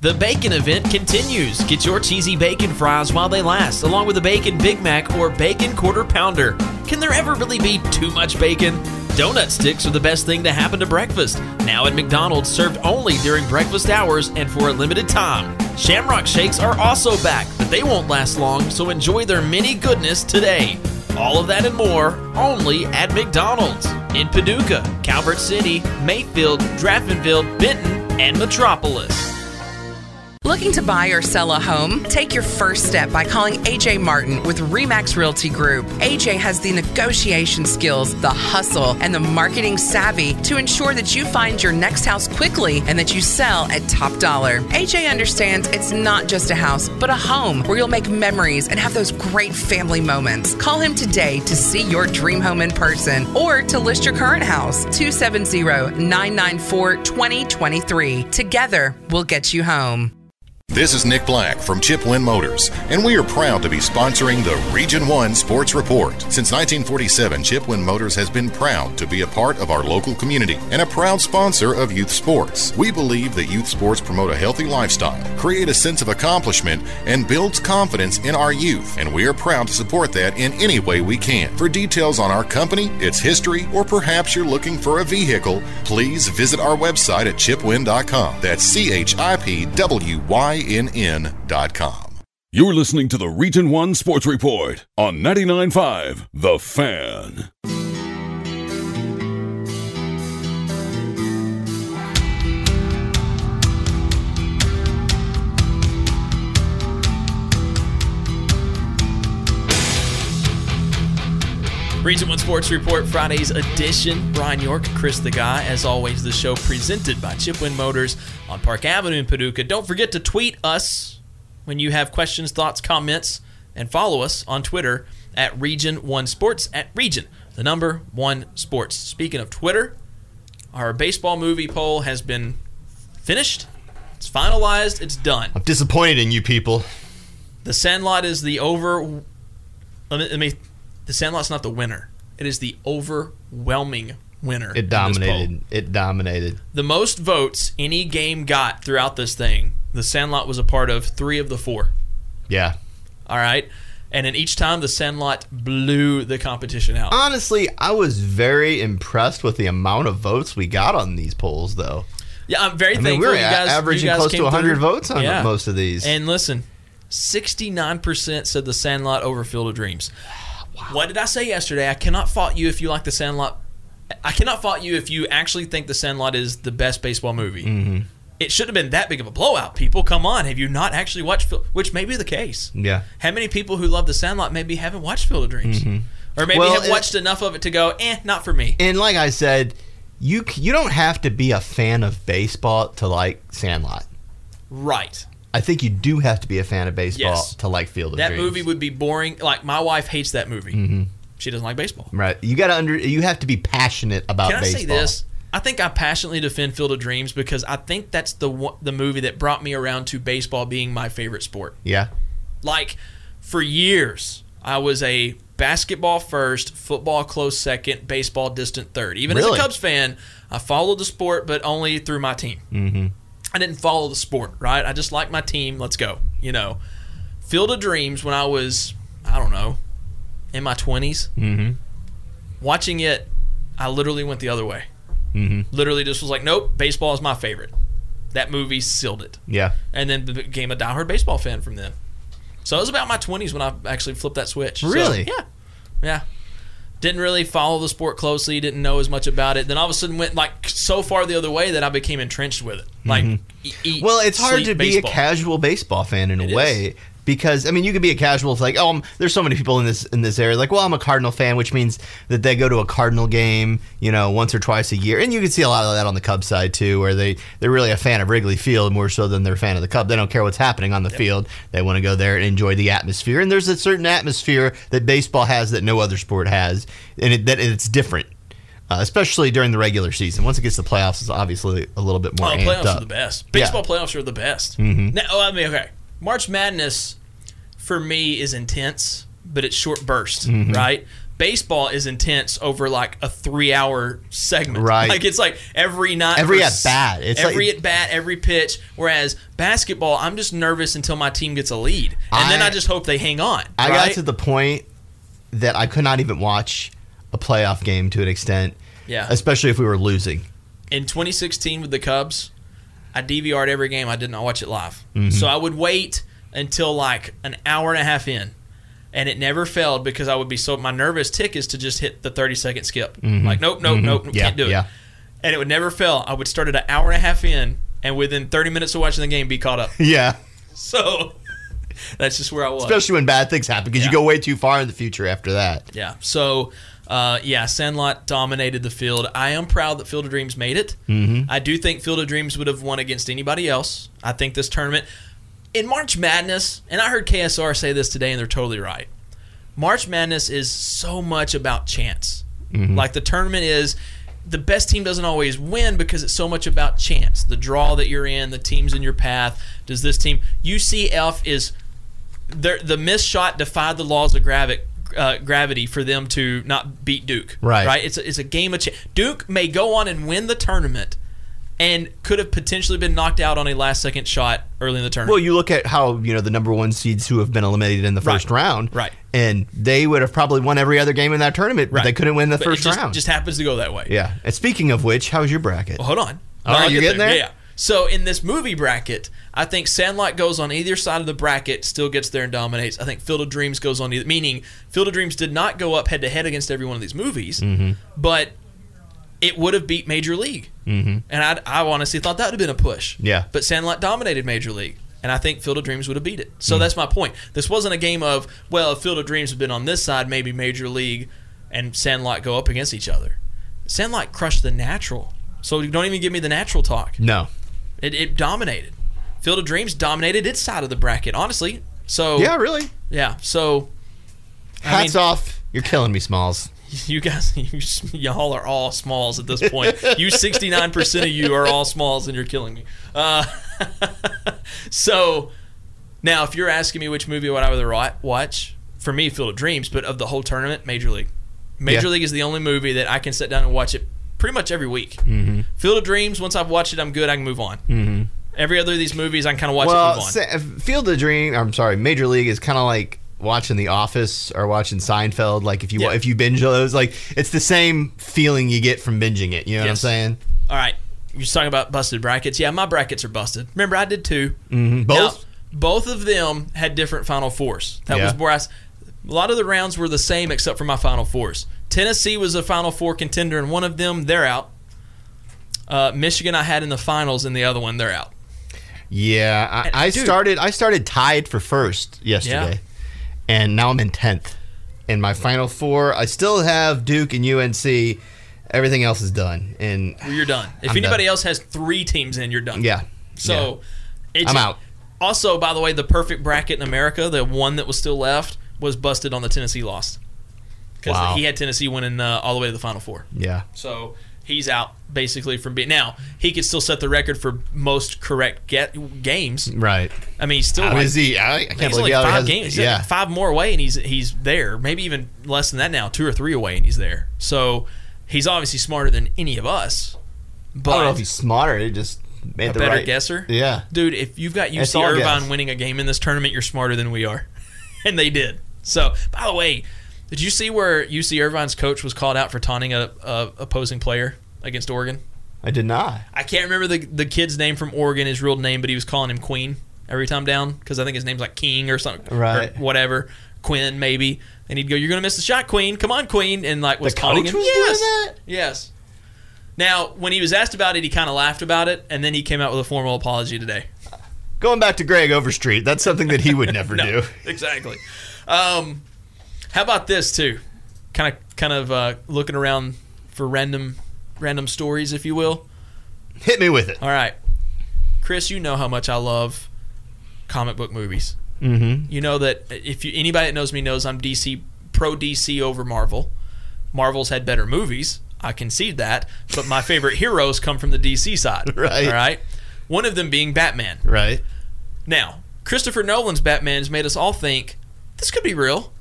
Speaker 3: The bacon event continues. Get your cheesy bacon fries while they last, along with a bacon Big Mac or bacon quarter pounder. Can there ever really be too much bacon? Donut sticks are the best thing to happen to breakfast. Now at McDonald's, served only during breakfast hours and for a limited time. Shamrock shakes are also back, but they won't last long, so enjoy their mini goodness today. All of that and more only at McDonald's in Paducah, Calvert City, Mayfield, Draffenville, Benton, and Metropolis.
Speaker 2: Looking to buy or sell a home? Take your first step by calling AJ Martin with REMAX Realty Group. AJ has the negotiation skills, the hustle, and the marketing savvy to ensure that you find your next house quickly and that you sell at top dollar. AJ understands it's not just a house, but a home where you'll make memories and have those great family moments. Call him today to see your dream home in person or to list your current house 270 994 2023. Together, we'll get you home.
Speaker 5: This is Nick Black from Chip Win Motors, and we are proud to be sponsoring the Region 1 Sports Report. Since 1947, Chip Win Motors has been proud to be a part of our local community and a proud sponsor of youth sports. We believe that youth sports promote a healthy lifestyle, create a sense of accomplishment, and builds confidence in our youth, and we are proud to support that in any way we can. For details on our company, its history, or perhaps you're looking for a vehicle, please visit our website at chipwin.com. That's C H I P W Y N N.com.
Speaker 1: You're listening to the Region 1 Sports Report on 99.5 The Fan.
Speaker 3: Region 1 Sports Report Friday's edition. Brian York, Chris the Guy. As always, the show presented by Chipwin Motors on Park Avenue in Paducah. Don't forget to tweet us when you have questions, thoughts, comments, and follow us on Twitter at Region 1 Sports, at Region, the number 1 Sports. Speaking of Twitter, our baseball movie poll has been finished. It's finalized. It's done.
Speaker 4: I'm disappointed in you people.
Speaker 3: The Sandlot is the over. Let me. Let me the Sandlot's not the winner. It is the overwhelming winner. in
Speaker 4: It
Speaker 3: this poll.
Speaker 4: dominated. It dominated.
Speaker 3: The most votes any game got throughout this thing. The Sandlot was a part of three of the four.
Speaker 4: Yeah.
Speaker 3: All right, and then each time the Sandlot blew the competition out.
Speaker 4: Honestly, I was very impressed with the amount of votes we got on these polls, though.
Speaker 3: Yeah, I'm very
Speaker 4: I mean,
Speaker 3: thankful.
Speaker 4: we're
Speaker 3: you guys,
Speaker 4: averaging
Speaker 3: you guys
Speaker 4: close to
Speaker 3: came
Speaker 4: 100
Speaker 3: through.
Speaker 4: votes on
Speaker 3: Yeah.
Speaker 4: most of these.
Speaker 3: And listen, 69% said the Sandlot over Field of Dreams. What did I say yesterday? I cannot fault you if you like the Sandlot. I cannot fault you if you actually think the Sandlot is the best baseball movie.
Speaker 4: Mm-hmm.
Speaker 3: It shouldn't have been that big of a blowout. People, come on. Have you not actually watched Phil? Which may be the case.
Speaker 4: Yeah.
Speaker 3: How many people who love the Sandlot maybe haven't watched Field of Dreams? or maybe
Speaker 4: Mm-hmm. Well,
Speaker 3: have
Speaker 4: it-
Speaker 3: watched enough of it to go, eh, not for me.
Speaker 4: and like I said, you c- you don't have to be a fan of baseball to like Sandlot.
Speaker 3: right.
Speaker 4: I think you do have to be a fan of baseball
Speaker 3: Yes.
Speaker 4: to like Field of
Speaker 3: That
Speaker 4: Dreams.
Speaker 3: movie would be boring. Like my wife hates that movie. She doesn't like baseball.
Speaker 4: right. You got to under you have to be passionate about
Speaker 3: Can I
Speaker 4: baseball.
Speaker 3: say this? I think I passionately defend Field of Dreams because I think that's the one, the movie that brought me around to baseball being my favorite sport.
Speaker 4: Yeah.
Speaker 3: Like for years, I was a basketball first, football close second, baseball distant third. Even as
Speaker 4: Really?
Speaker 3: a Cubs fan, I followed the sport, but only through my team. Mm-hmm. I didn't follow the sport, right? I just like my team. Let's go. You know, Field of Dreams when I was, I don't know, in my 20s, mm-hmm. watching it, I literally went the other way. Mm-hmm. Literally just was like, nope, baseball is my favorite. That movie sealed it
Speaker 4: Yeah.
Speaker 3: and then became a diehard baseball fan from then. So it was about my twenties when I actually flipped that switch. So,
Speaker 4: Really?
Speaker 3: yeah, yeah. Didn't really follow the sport closely. Didn't know as much about it. Then all of a sudden went like so far the other way that I became entrenched with it. Like, e- eat,
Speaker 4: Mm-hmm. Well, it's hard
Speaker 3: sleep,
Speaker 4: to be
Speaker 3: baseball.
Speaker 4: a casual baseball fan in a
Speaker 3: It
Speaker 4: way
Speaker 3: is.
Speaker 4: because I mean you could be a casual it's like oh I'm- there's so many people in this in this area like well I'm a Cardinal fan which means that they go to a Cardinal game you know once or twice a year and you can see a lot of that on the Cubs side too where they they're really a fan of Wrigley Field more so than they're a fan of the Cubs they don't care what's happening on the field they want to go there and enjoy the atmosphere and there's a certain atmosphere that baseball has that no other sport has and it, that it's different. Uh, especially during the regular season. Once it gets to the playoffs, it's obviously a little bit more
Speaker 3: Oh,
Speaker 4: amped
Speaker 3: playoffs
Speaker 4: up.
Speaker 3: are the best.
Speaker 4: Yeah. Mm-hmm.
Speaker 3: Baseball playoffs are the best. Now, oh, I mean, okay. March Madness for me is intense, but it's short bursts,
Speaker 4: Mm-hmm.
Speaker 3: right? Baseball is intense over like a three-hour segment,
Speaker 4: Right.
Speaker 3: Like it's like every night,
Speaker 4: Every
Speaker 3: for s-
Speaker 4: at-bat. It's
Speaker 3: every
Speaker 4: like-
Speaker 3: at bat, every pitch. Whereas basketball, I'm just nervous until my team gets a lead, and then
Speaker 4: I-
Speaker 3: I just hope they hang on.
Speaker 4: I
Speaker 3: right?
Speaker 4: got to the point that I could not even watch a playoff game to an extent.
Speaker 3: Yeah.
Speaker 4: Especially if we were losing.
Speaker 3: in 2016 with the Cubs, I DVR'd every game. I did not watch it live.
Speaker 4: Mm-hmm.
Speaker 3: So I would wait until like an hour and a half in, and it never failed because I would be so. My nervous tick is to just hit the 30 second skip. Like, nope, nope, nope,
Speaker 4: Mm-hmm. Yeah,
Speaker 3: can't do it.
Speaker 4: yeah.
Speaker 3: And it would never fail. I would start at an hour and a half in, and within 30 minutes of watching the game, be caught up.
Speaker 4: Yeah.
Speaker 3: so that's just where I was.
Speaker 4: Especially when bad things happen because
Speaker 3: Yeah.
Speaker 4: you go way too far in the future after that.
Speaker 3: Yeah. So, uh, yeah, Sandlot dominated the field. I am proud that Field of Dreams made it. Mm-hmm. I do think Field of Dreams would have won against anybody else. I think this tournament in March Madness, and I heard KSR say this today, and they're totally right. March Madness is so much about chance.
Speaker 4: Mm-hmm.
Speaker 3: Like the tournament is. The best team doesn't always win because it's so much about chance. The draw that you're in, the teams in your path. Does this team UCF is their, the missed shot defied the laws of gravi- uh, gravity for them to not beat Duke.
Speaker 4: Right.
Speaker 3: Right. It's a, it's a game of chance. Duke may go on and win the tournament, and could have potentially been knocked out on a last second shot early in the tournament.
Speaker 4: Well, you look at how, you know, the number one seeds who have been eliminated in the
Speaker 3: Right.
Speaker 4: first round.
Speaker 3: Right.
Speaker 4: And they would have probably won every other game in that tournament, but
Speaker 3: Right.
Speaker 4: they couldn't win the
Speaker 3: But it
Speaker 4: first
Speaker 3: just,
Speaker 4: round.
Speaker 3: just happens to go that way.
Speaker 4: yeah. And speaking of which, how's your bracket?
Speaker 3: Well, hold on. No,
Speaker 4: All right,
Speaker 3: I'll
Speaker 4: you
Speaker 3: get
Speaker 4: getting there?
Speaker 3: Yeah. So in this movie bracket, I think Sandlot goes on either side of the bracket, still gets there and dominates. I think Field of Dreams goes on either, meaning Field of Dreams did not go up head to head against every one of these movies,
Speaker 4: Mm-hmm.
Speaker 3: but it would have beat Major League. Mm-hmm. And I, I honestly thought that would have been a push.
Speaker 4: Yeah.
Speaker 3: But Sandlot dominated Major League. And I think Field of Dreams would have beat it. So that's my point. This wasn't a game of, well, if Field of Dreams had been on this side, maybe Major League and Sandlot go up against each other. Sandlot crushed the natural. So don't even give me the natural talk.
Speaker 4: No.
Speaker 3: It, it dominated. Field of Dreams dominated its side of the bracket, honestly. So
Speaker 4: Yeah, really.
Speaker 3: yeah. So I
Speaker 4: Hats
Speaker 3: mean-
Speaker 4: off. You're killing me, Smalls.
Speaker 3: you guys, you, y'all are all smalls at this point. You 69% of you are all smalls and you're killing me. Uh, so now, if you're asking me which movie would I rather ri- watch, for me, Field of Dreams, but of the whole tournament, Major League. Major
Speaker 4: Yeah.
Speaker 3: League is the only movie that I can sit down and watch it pretty much every week. Mm-hmm. Field of Dreams, once I've watched it, I'm good. I can move on. Mm-hmm. Every other of these movies, I can kind of watch it
Speaker 4: Well,
Speaker 3: move on.
Speaker 4: Sa- Field of Dream. I'm sorry, Major League is kind of like watching The Office or watching Seinfeld. Like if you
Speaker 3: Yeah.
Speaker 4: if you binge those, like it's the same feeling you get from binging it. You know what I'm
Speaker 3: Yes.
Speaker 4: saying?
Speaker 3: All right. You're talking about busted brackets. Yeah, my brackets are busted. Remember, I did 2 Mm-hmm.
Speaker 4: Both?
Speaker 3: both of them had different Final Fours. That
Speaker 4: Yeah.
Speaker 3: was where I. s- A lot of the rounds were the same except for my Final Fours. Tennessee was a Final Four contender in one of them. They're out. Uh, Michigan, I had in the finals, and the other one, they're out.
Speaker 4: Yeah,
Speaker 3: And-
Speaker 4: I, I
Speaker 3: dude.
Speaker 4: started I started tied for first yesterday, and now I'm in tenth. in my final four. I still have Duke and UNC. Everything else is done. And
Speaker 3: Well, you're done. If
Speaker 4: I'm
Speaker 3: anybody
Speaker 4: done.
Speaker 3: else has three teams in, you're done.
Speaker 4: Yeah.
Speaker 3: So it's
Speaker 4: I'm out.
Speaker 3: Also, by the way, the perfect bracket in America, the one that was still left, was busted on the Tennessee loss. Because
Speaker 4: Wow.
Speaker 3: he had Tennessee winning uh, all the way to the Final Four.
Speaker 4: yeah.
Speaker 3: So he's out basically from being. Now, he could still set the record for most correct get, games.
Speaker 4: Right.
Speaker 3: I mean, he's still.
Speaker 4: How
Speaker 3: like-
Speaker 4: is he? I, I can't
Speaker 3: He's
Speaker 4: believe
Speaker 3: only
Speaker 4: he
Speaker 3: five
Speaker 4: has,
Speaker 3: games. He's
Speaker 4: Yeah.
Speaker 3: like five more away, and he's he's there. Maybe even less than that now, two or three away, and he's there. So he's obviously smarter than any of us. But
Speaker 4: I don't know if he's smarter. He just made
Speaker 3: a
Speaker 4: the
Speaker 3: better
Speaker 4: right
Speaker 3: guesser.
Speaker 4: Yeah.
Speaker 3: dude. If you've got
Speaker 4: It's
Speaker 3: UC
Speaker 4: all
Speaker 3: Irvine
Speaker 4: guess.
Speaker 3: winning a game in this tournament, you're smarter than we are, and they did. So, by the way, did you see where UC Irvine's coach was called out for taunting a, a opposing player against Oregon?
Speaker 4: I did not.
Speaker 3: I can't remember the the kid's name from Oregon, his real name, but he was calling him Queen every time down because I think his name's like King or something,
Speaker 4: Right.
Speaker 3: Or whatever, Quinn maybe, and he'd go, "You're gonna miss the shot, Queen. Come on, Queen!" And like was
Speaker 4: The
Speaker 3: taunting
Speaker 4: coach
Speaker 3: him.
Speaker 4: was doing
Speaker 3: yes,
Speaker 4: that?
Speaker 3: yes. Now, when he was asked about it, he kind of laughed about it, and then he came out with a formal apology today.
Speaker 4: Going back to Greg Overstreet, that's something that he would never do.
Speaker 3: exactly. Um, how about this too? Kind of, kind of uh, looking around for random, random stories, if you will.
Speaker 4: Hit me with it.
Speaker 3: All right. Chris, you know how much I love comic book movies. Mm-hmm. You know that if you, anybody that knows me knows I'm DC pro DC over Marvel. Marvel's had better movies. I concede that, but my favorite heroes come from the DC side.
Speaker 4: Right.
Speaker 3: All right. One of them being Batman.
Speaker 4: Right.
Speaker 3: Now, Christopher Nolan's Batman has made us all think this could be real.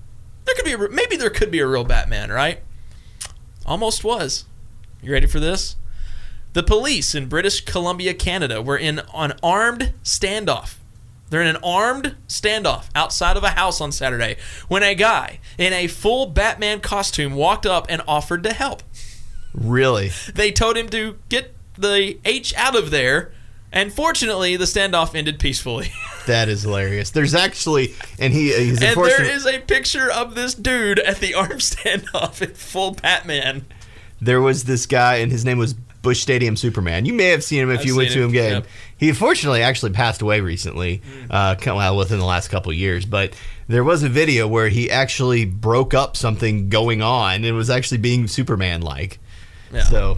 Speaker 3: There could be a, re- maybe there could be a real Batman, right? Almost was. You ready for this? The police in British Columbia, Canada, were in an armed standoff. They're in an armed standoff outside of a house on Saturday when a guy in a full Batman costume walked up and offered to help.
Speaker 4: Really.
Speaker 3: They told him to get the H out of there, and fortunately, the standoff ended peacefully.
Speaker 4: That is hilarious. There's actually, and he uh, he's
Speaker 3: And
Speaker 4: unfortunate.
Speaker 3: there is a picture of this dude at the arm standoff in full Batman.
Speaker 4: there was this guy, and his name was Bush Stadium Superman. You may have seen him if
Speaker 3: I've
Speaker 4: you went
Speaker 3: seen
Speaker 4: to
Speaker 3: him,
Speaker 4: him game.
Speaker 3: yep. Hmm.
Speaker 4: He unfortunately actually passed away recently, uh, kind of, well, within the last couple of years. But there was a video where he actually broke up something going on, and was actually being Superman like.
Speaker 3: Yeah.
Speaker 4: So,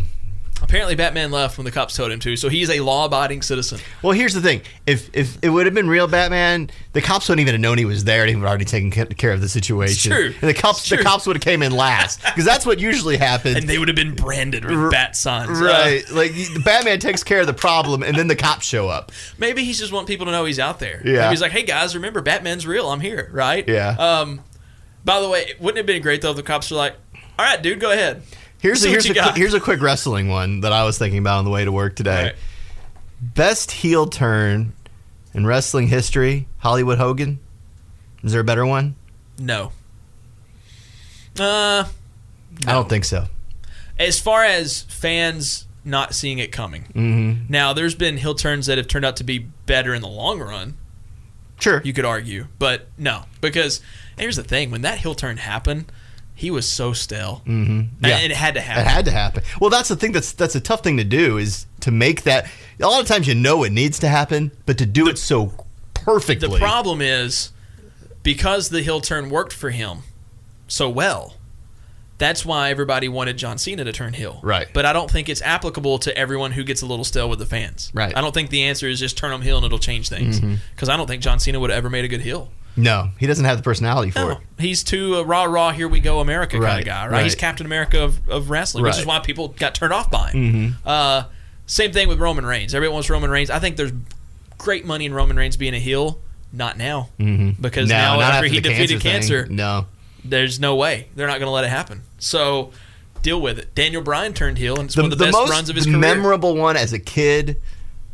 Speaker 3: Apparently, Batman left when the cops told him to, so he's a law-abiding citizen.
Speaker 4: well, here's the thing: if if it would have been real Batman, the cops wouldn't even have known he was there. and He would already taken ca- care of the situation.
Speaker 3: true.
Speaker 4: And the cops
Speaker 3: It's
Speaker 4: the
Speaker 3: true.
Speaker 4: cops would have came in last because that's what usually happens.
Speaker 3: And they would have been branded with
Speaker 4: R-
Speaker 3: bat signs.
Speaker 4: Right.
Speaker 3: Uh,
Speaker 4: Like y- Batman takes care of the problem and then the cops show up.
Speaker 3: maybe he's just want people to know he's out there.
Speaker 4: Yeah.
Speaker 3: Maybe he's like, hey, guys, remember, Batman's real. I'm here, right?
Speaker 4: Yeah.
Speaker 3: Um, by the way, wouldn't it have been great, though, if the cops were like, all right, dude, go ahead.
Speaker 4: Here's a,
Speaker 3: See what
Speaker 4: here's
Speaker 3: you
Speaker 4: a, qui-
Speaker 3: got.
Speaker 4: here's a quick wrestling one that I was thinking about on the way to work today.
Speaker 3: Right.
Speaker 4: Best heel turn in wrestling history, Hollywood Hogan. Is there a better one?
Speaker 3: No. Uh,
Speaker 4: I don't think so.
Speaker 3: as far as fans not seeing it coming,
Speaker 4: Mm-hmm.
Speaker 3: now there's been hill turns that have turned out to be better in the long run.
Speaker 4: Sure.
Speaker 3: You could argue, but no, because here's the thing: when that hill turn happened, he was so stale, mm-hmm.
Speaker 4: Yeah.
Speaker 3: and it had to happen.
Speaker 4: It had to happen. Well, that's the thing that's that's a tough thing to do is to make that a lot of times you know it needs to happen, but to do it so perfectly.
Speaker 3: The problem is because the hill turn worked for him so well. That's why everybody wanted John Cena to turn heel.
Speaker 4: Right.
Speaker 3: But I don't think it's applicable to everyone who gets a little stale with the fans.
Speaker 4: Right.
Speaker 3: I don't think the answer is just turn him heel and it'll change things. Because I don't think John Cena would have ever made a good heel.
Speaker 4: no, he doesn't have the personality for it.
Speaker 3: No, he's too uh, raw, raw, here we go, America kind
Speaker 4: Right,
Speaker 3: of guy, right?
Speaker 4: right.
Speaker 3: He's Captain America of, of wrestling, which is
Speaker 4: Right. Mm-hmm.
Speaker 3: why people got turned off by him. Uh, same thing with Roman Reigns. Everyone wants Roman Reigns. I think there's great money in Roman Reigns being a heel. Not now, mm-hmm. because
Speaker 4: No,
Speaker 3: now
Speaker 4: not
Speaker 3: after,
Speaker 4: after
Speaker 3: he
Speaker 4: the
Speaker 3: defeated
Speaker 4: cancer
Speaker 3: cancer,
Speaker 4: thing. No.
Speaker 3: there's no way they're not going to let it happen. So deal with it. Daniel Bryan turned heel, and it's
Speaker 4: the,
Speaker 3: one of the,
Speaker 4: the
Speaker 3: best
Speaker 4: most
Speaker 3: runs of his
Speaker 4: the
Speaker 3: career.
Speaker 4: memorable one as a kid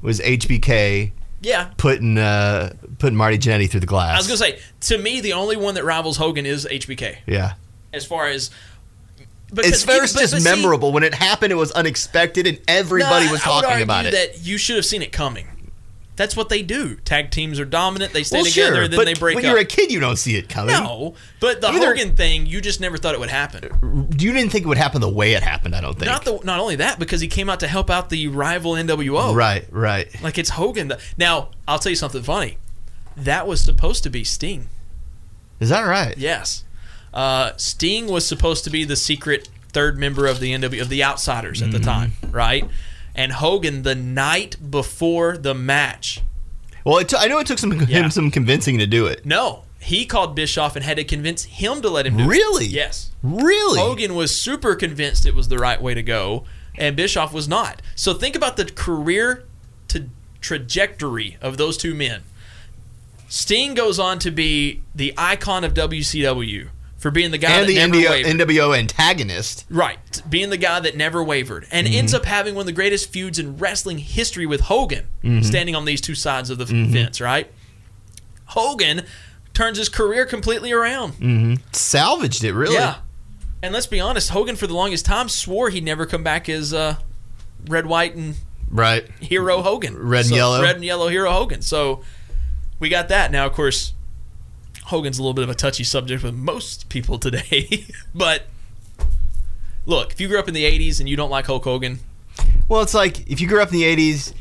Speaker 4: was HBK
Speaker 3: yeah,
Speaker 4: putting uh, putting Marty Jannetty through the glass.
Speaker 3: I was going to say to me the only one that rivals Hogan is HBK
Speaker 4: yeah.
Speaker 3: as far as.
Speaker 4: It's
Speaker 3: because even-
Speaker 4: first
Speaker 3: but-
Speaker 4: just
Speaker 3: but see-
Speaker 4: memorable. when it happened, it was unexpected, and everybody
Speaker 3: No,
Speaker 4: was
Speaker 3: I would
Speaker 4: talking
Speaker 3: argue
Speaker 4: about it.
Speaker 3: That you should have seen it coming. That's what they do. Tag teams are dominant. They stay
Speaker 4: well,
Speaker 3: together,
Speaker 4: sure,
Speaker 3: and then
Speaker 4: but
Speaker 3: they break
Speaker 4: when
Speaker 3: up.
Speaker 4: you're a kid, you don't see it coming.
Speaker 3: no, but the
Speaker 4: Either-
Speaker 3: Hogan thing, you just never thought it would happen.
Speaker 4: You didn't think it would happen the way it happened. I don't think.
Speaker 3: Not the, not only that, because he came out to help out the rival NWO.
Speaker 4: Oh, right, right.
Speaker 3: Like it's Hogan. Now I'll tell you something funny. That was supposed to be Sting.
Speaker 4: Is that right?
Speaker 3: Yes. Uh, Sting was supposed to be the secret third member of the NW of the Outsiders
Speaker 4: Mm-hmm.
Speaker 3: at the time, right? And Hogan the night before the match,
Speaker 4: Well, it t- I know it took some
Speaker 3: Yeah.
Speaker 4: him some convincing to do it.
Speaker 3: no, he called Bischoff and had to convince him to let him do it.
Speaker 4: Really?
Speaker 3: Yes.
Speaker 4: Really?
Speaker 3: Hogan was super convinced it was the right way to go, and Bischoff was not. So think about the career to trajectory of those two men. Sting goes on to be the icon of WCW for being the guy
Speaker 4: and
Speaker 3: that
Speaker 4: the
Speaker 3: never
Speaker 4: NBO,
Speaker 3: wavered.
Speaker 4: NWO antagonist.
Speaker 3: right, being the guy that never wavered, and ends up having one of the greatest feuds in wrestling history with Hogan, standing on these two sides of the fence. Right, Hogan turns his career completely around.
Speaker 4: Salvaged it, really.
Speaker 3: Yeah. And let's be honest, Hogan for the longest time swore he'd never come back as uh, red, white, and
Speaker 4: Right.
Speaker 3: hero Hogan.
Speaker 4: Mm-hmm. Red and
Speaker 3: So,
Speaker 4: yellow.
Speaker 3: Red and yellow hero Hogan. So we got that. Now, of course, Hogan's a little bit of a touchy subject with most people today. but look, if you grew up in the 80s and you don't like Hulk Hogan,
Speaker 4: Well, it's like if you grew up in the 80s,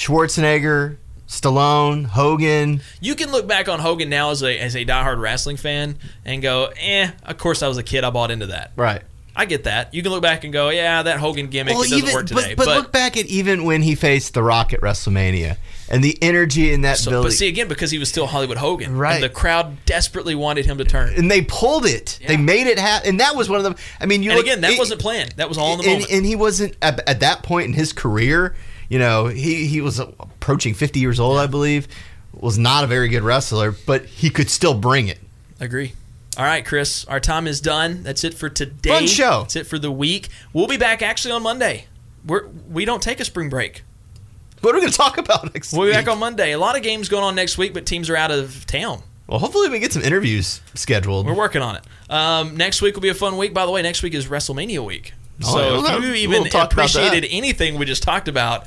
Speaker 4: Schwarzenegger, Stallone, Hogan.
Speaker 3: you can look back on Hogan now as a, as a diehard wrestling fan and go, eh, of course I was a kid. I bought into that.
Speaker 4: Right.
Speaker 3: I get that. You can look back and go, yeah, that Hogan gimmick it doesn't
Speaker 4: even,
Speaker 3: work today.
Speaker 4: But, but, look back at even when he faced The Rock at WrestleMania and the energy in that
Speaker 3: So,
Speaker 4: building.
Speaker 3: but see again, because he was still Hollywood Hogan, and
Speaker 4: Right.
Speaker 3: the crowd desperately wanted him to turn. And,
Speaker 4: and they pulled it. They made it happen. And that was one of the. I mean, you look,
Speaker 3: again, that
Speaker 4: it-
Speaker 3: wasn't planned. That was all in the
Speaker 4: and,
Speaker 3: moment.
Speaker 4: and he wasn't at, at that point in his career. You know, he he was approaching fifty years old, I believe. Was not a very good wrestler, but he could still bring it.
Speaker 3: Agree. All right, Chris, our time is done. That's it for today.
Speaker 4: Fun show.
Speaker 3: That's it for the week. We'll be back actually on Monday. We're we don't take a spring break.
Speaker 4: What are we going to talk about next
Speaker 3: We'll be
Speaker 4: week?
Speaker 3: back on Monday. A lot of games going on next week, but teams are out of town.
Speaker 4: well, hopefully we get some interviews scheduled.
Speaker 3: We're working on it. Um, next week will be a fun week. By the way, next week is WrestleMania week.
Speaker 4: Oh,
Speaker 3: so
Speaker 4: yeah,
Speaker 3: if
Speaker 4: we'll-
Speaker 3: you
Speaker 4: we'll
Speaker 3: even
Speaker 4: talk about
Speaker 3: appreciated
Speaker 4: that.
Speaker 3: anything we just talked about,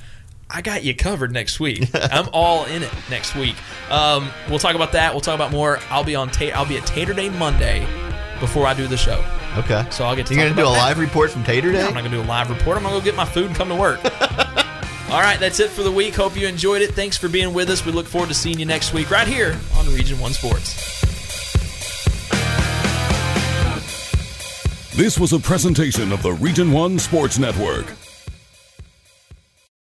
Speaker 3: I got you covered next week. I'm all in it next week. Um, we'll talk about that. We'll talk about more. I'll be on. Ta- I'll be at Tater Day Monday before I do the show.
Speaker 4: okay,
Speaker 3: So I'll get to
Speaker 4: You're
Speaker 3: talk
Speaker 4: gonna do
Speaker 3: about
Speaker 4: a
Speaker 3: that.
Speaker 4: live report from Tater Day.
Speaker 3: I'm not gonna do a live report. I'm gonna go get my food and come to work. all right, that's it for the week. Hope you enjoyed it. Thanks for being with us. We look forward to seeing you next week right here on Region One Sports.
Speaker 1: This was a presentation of the Region 1 Sports Network.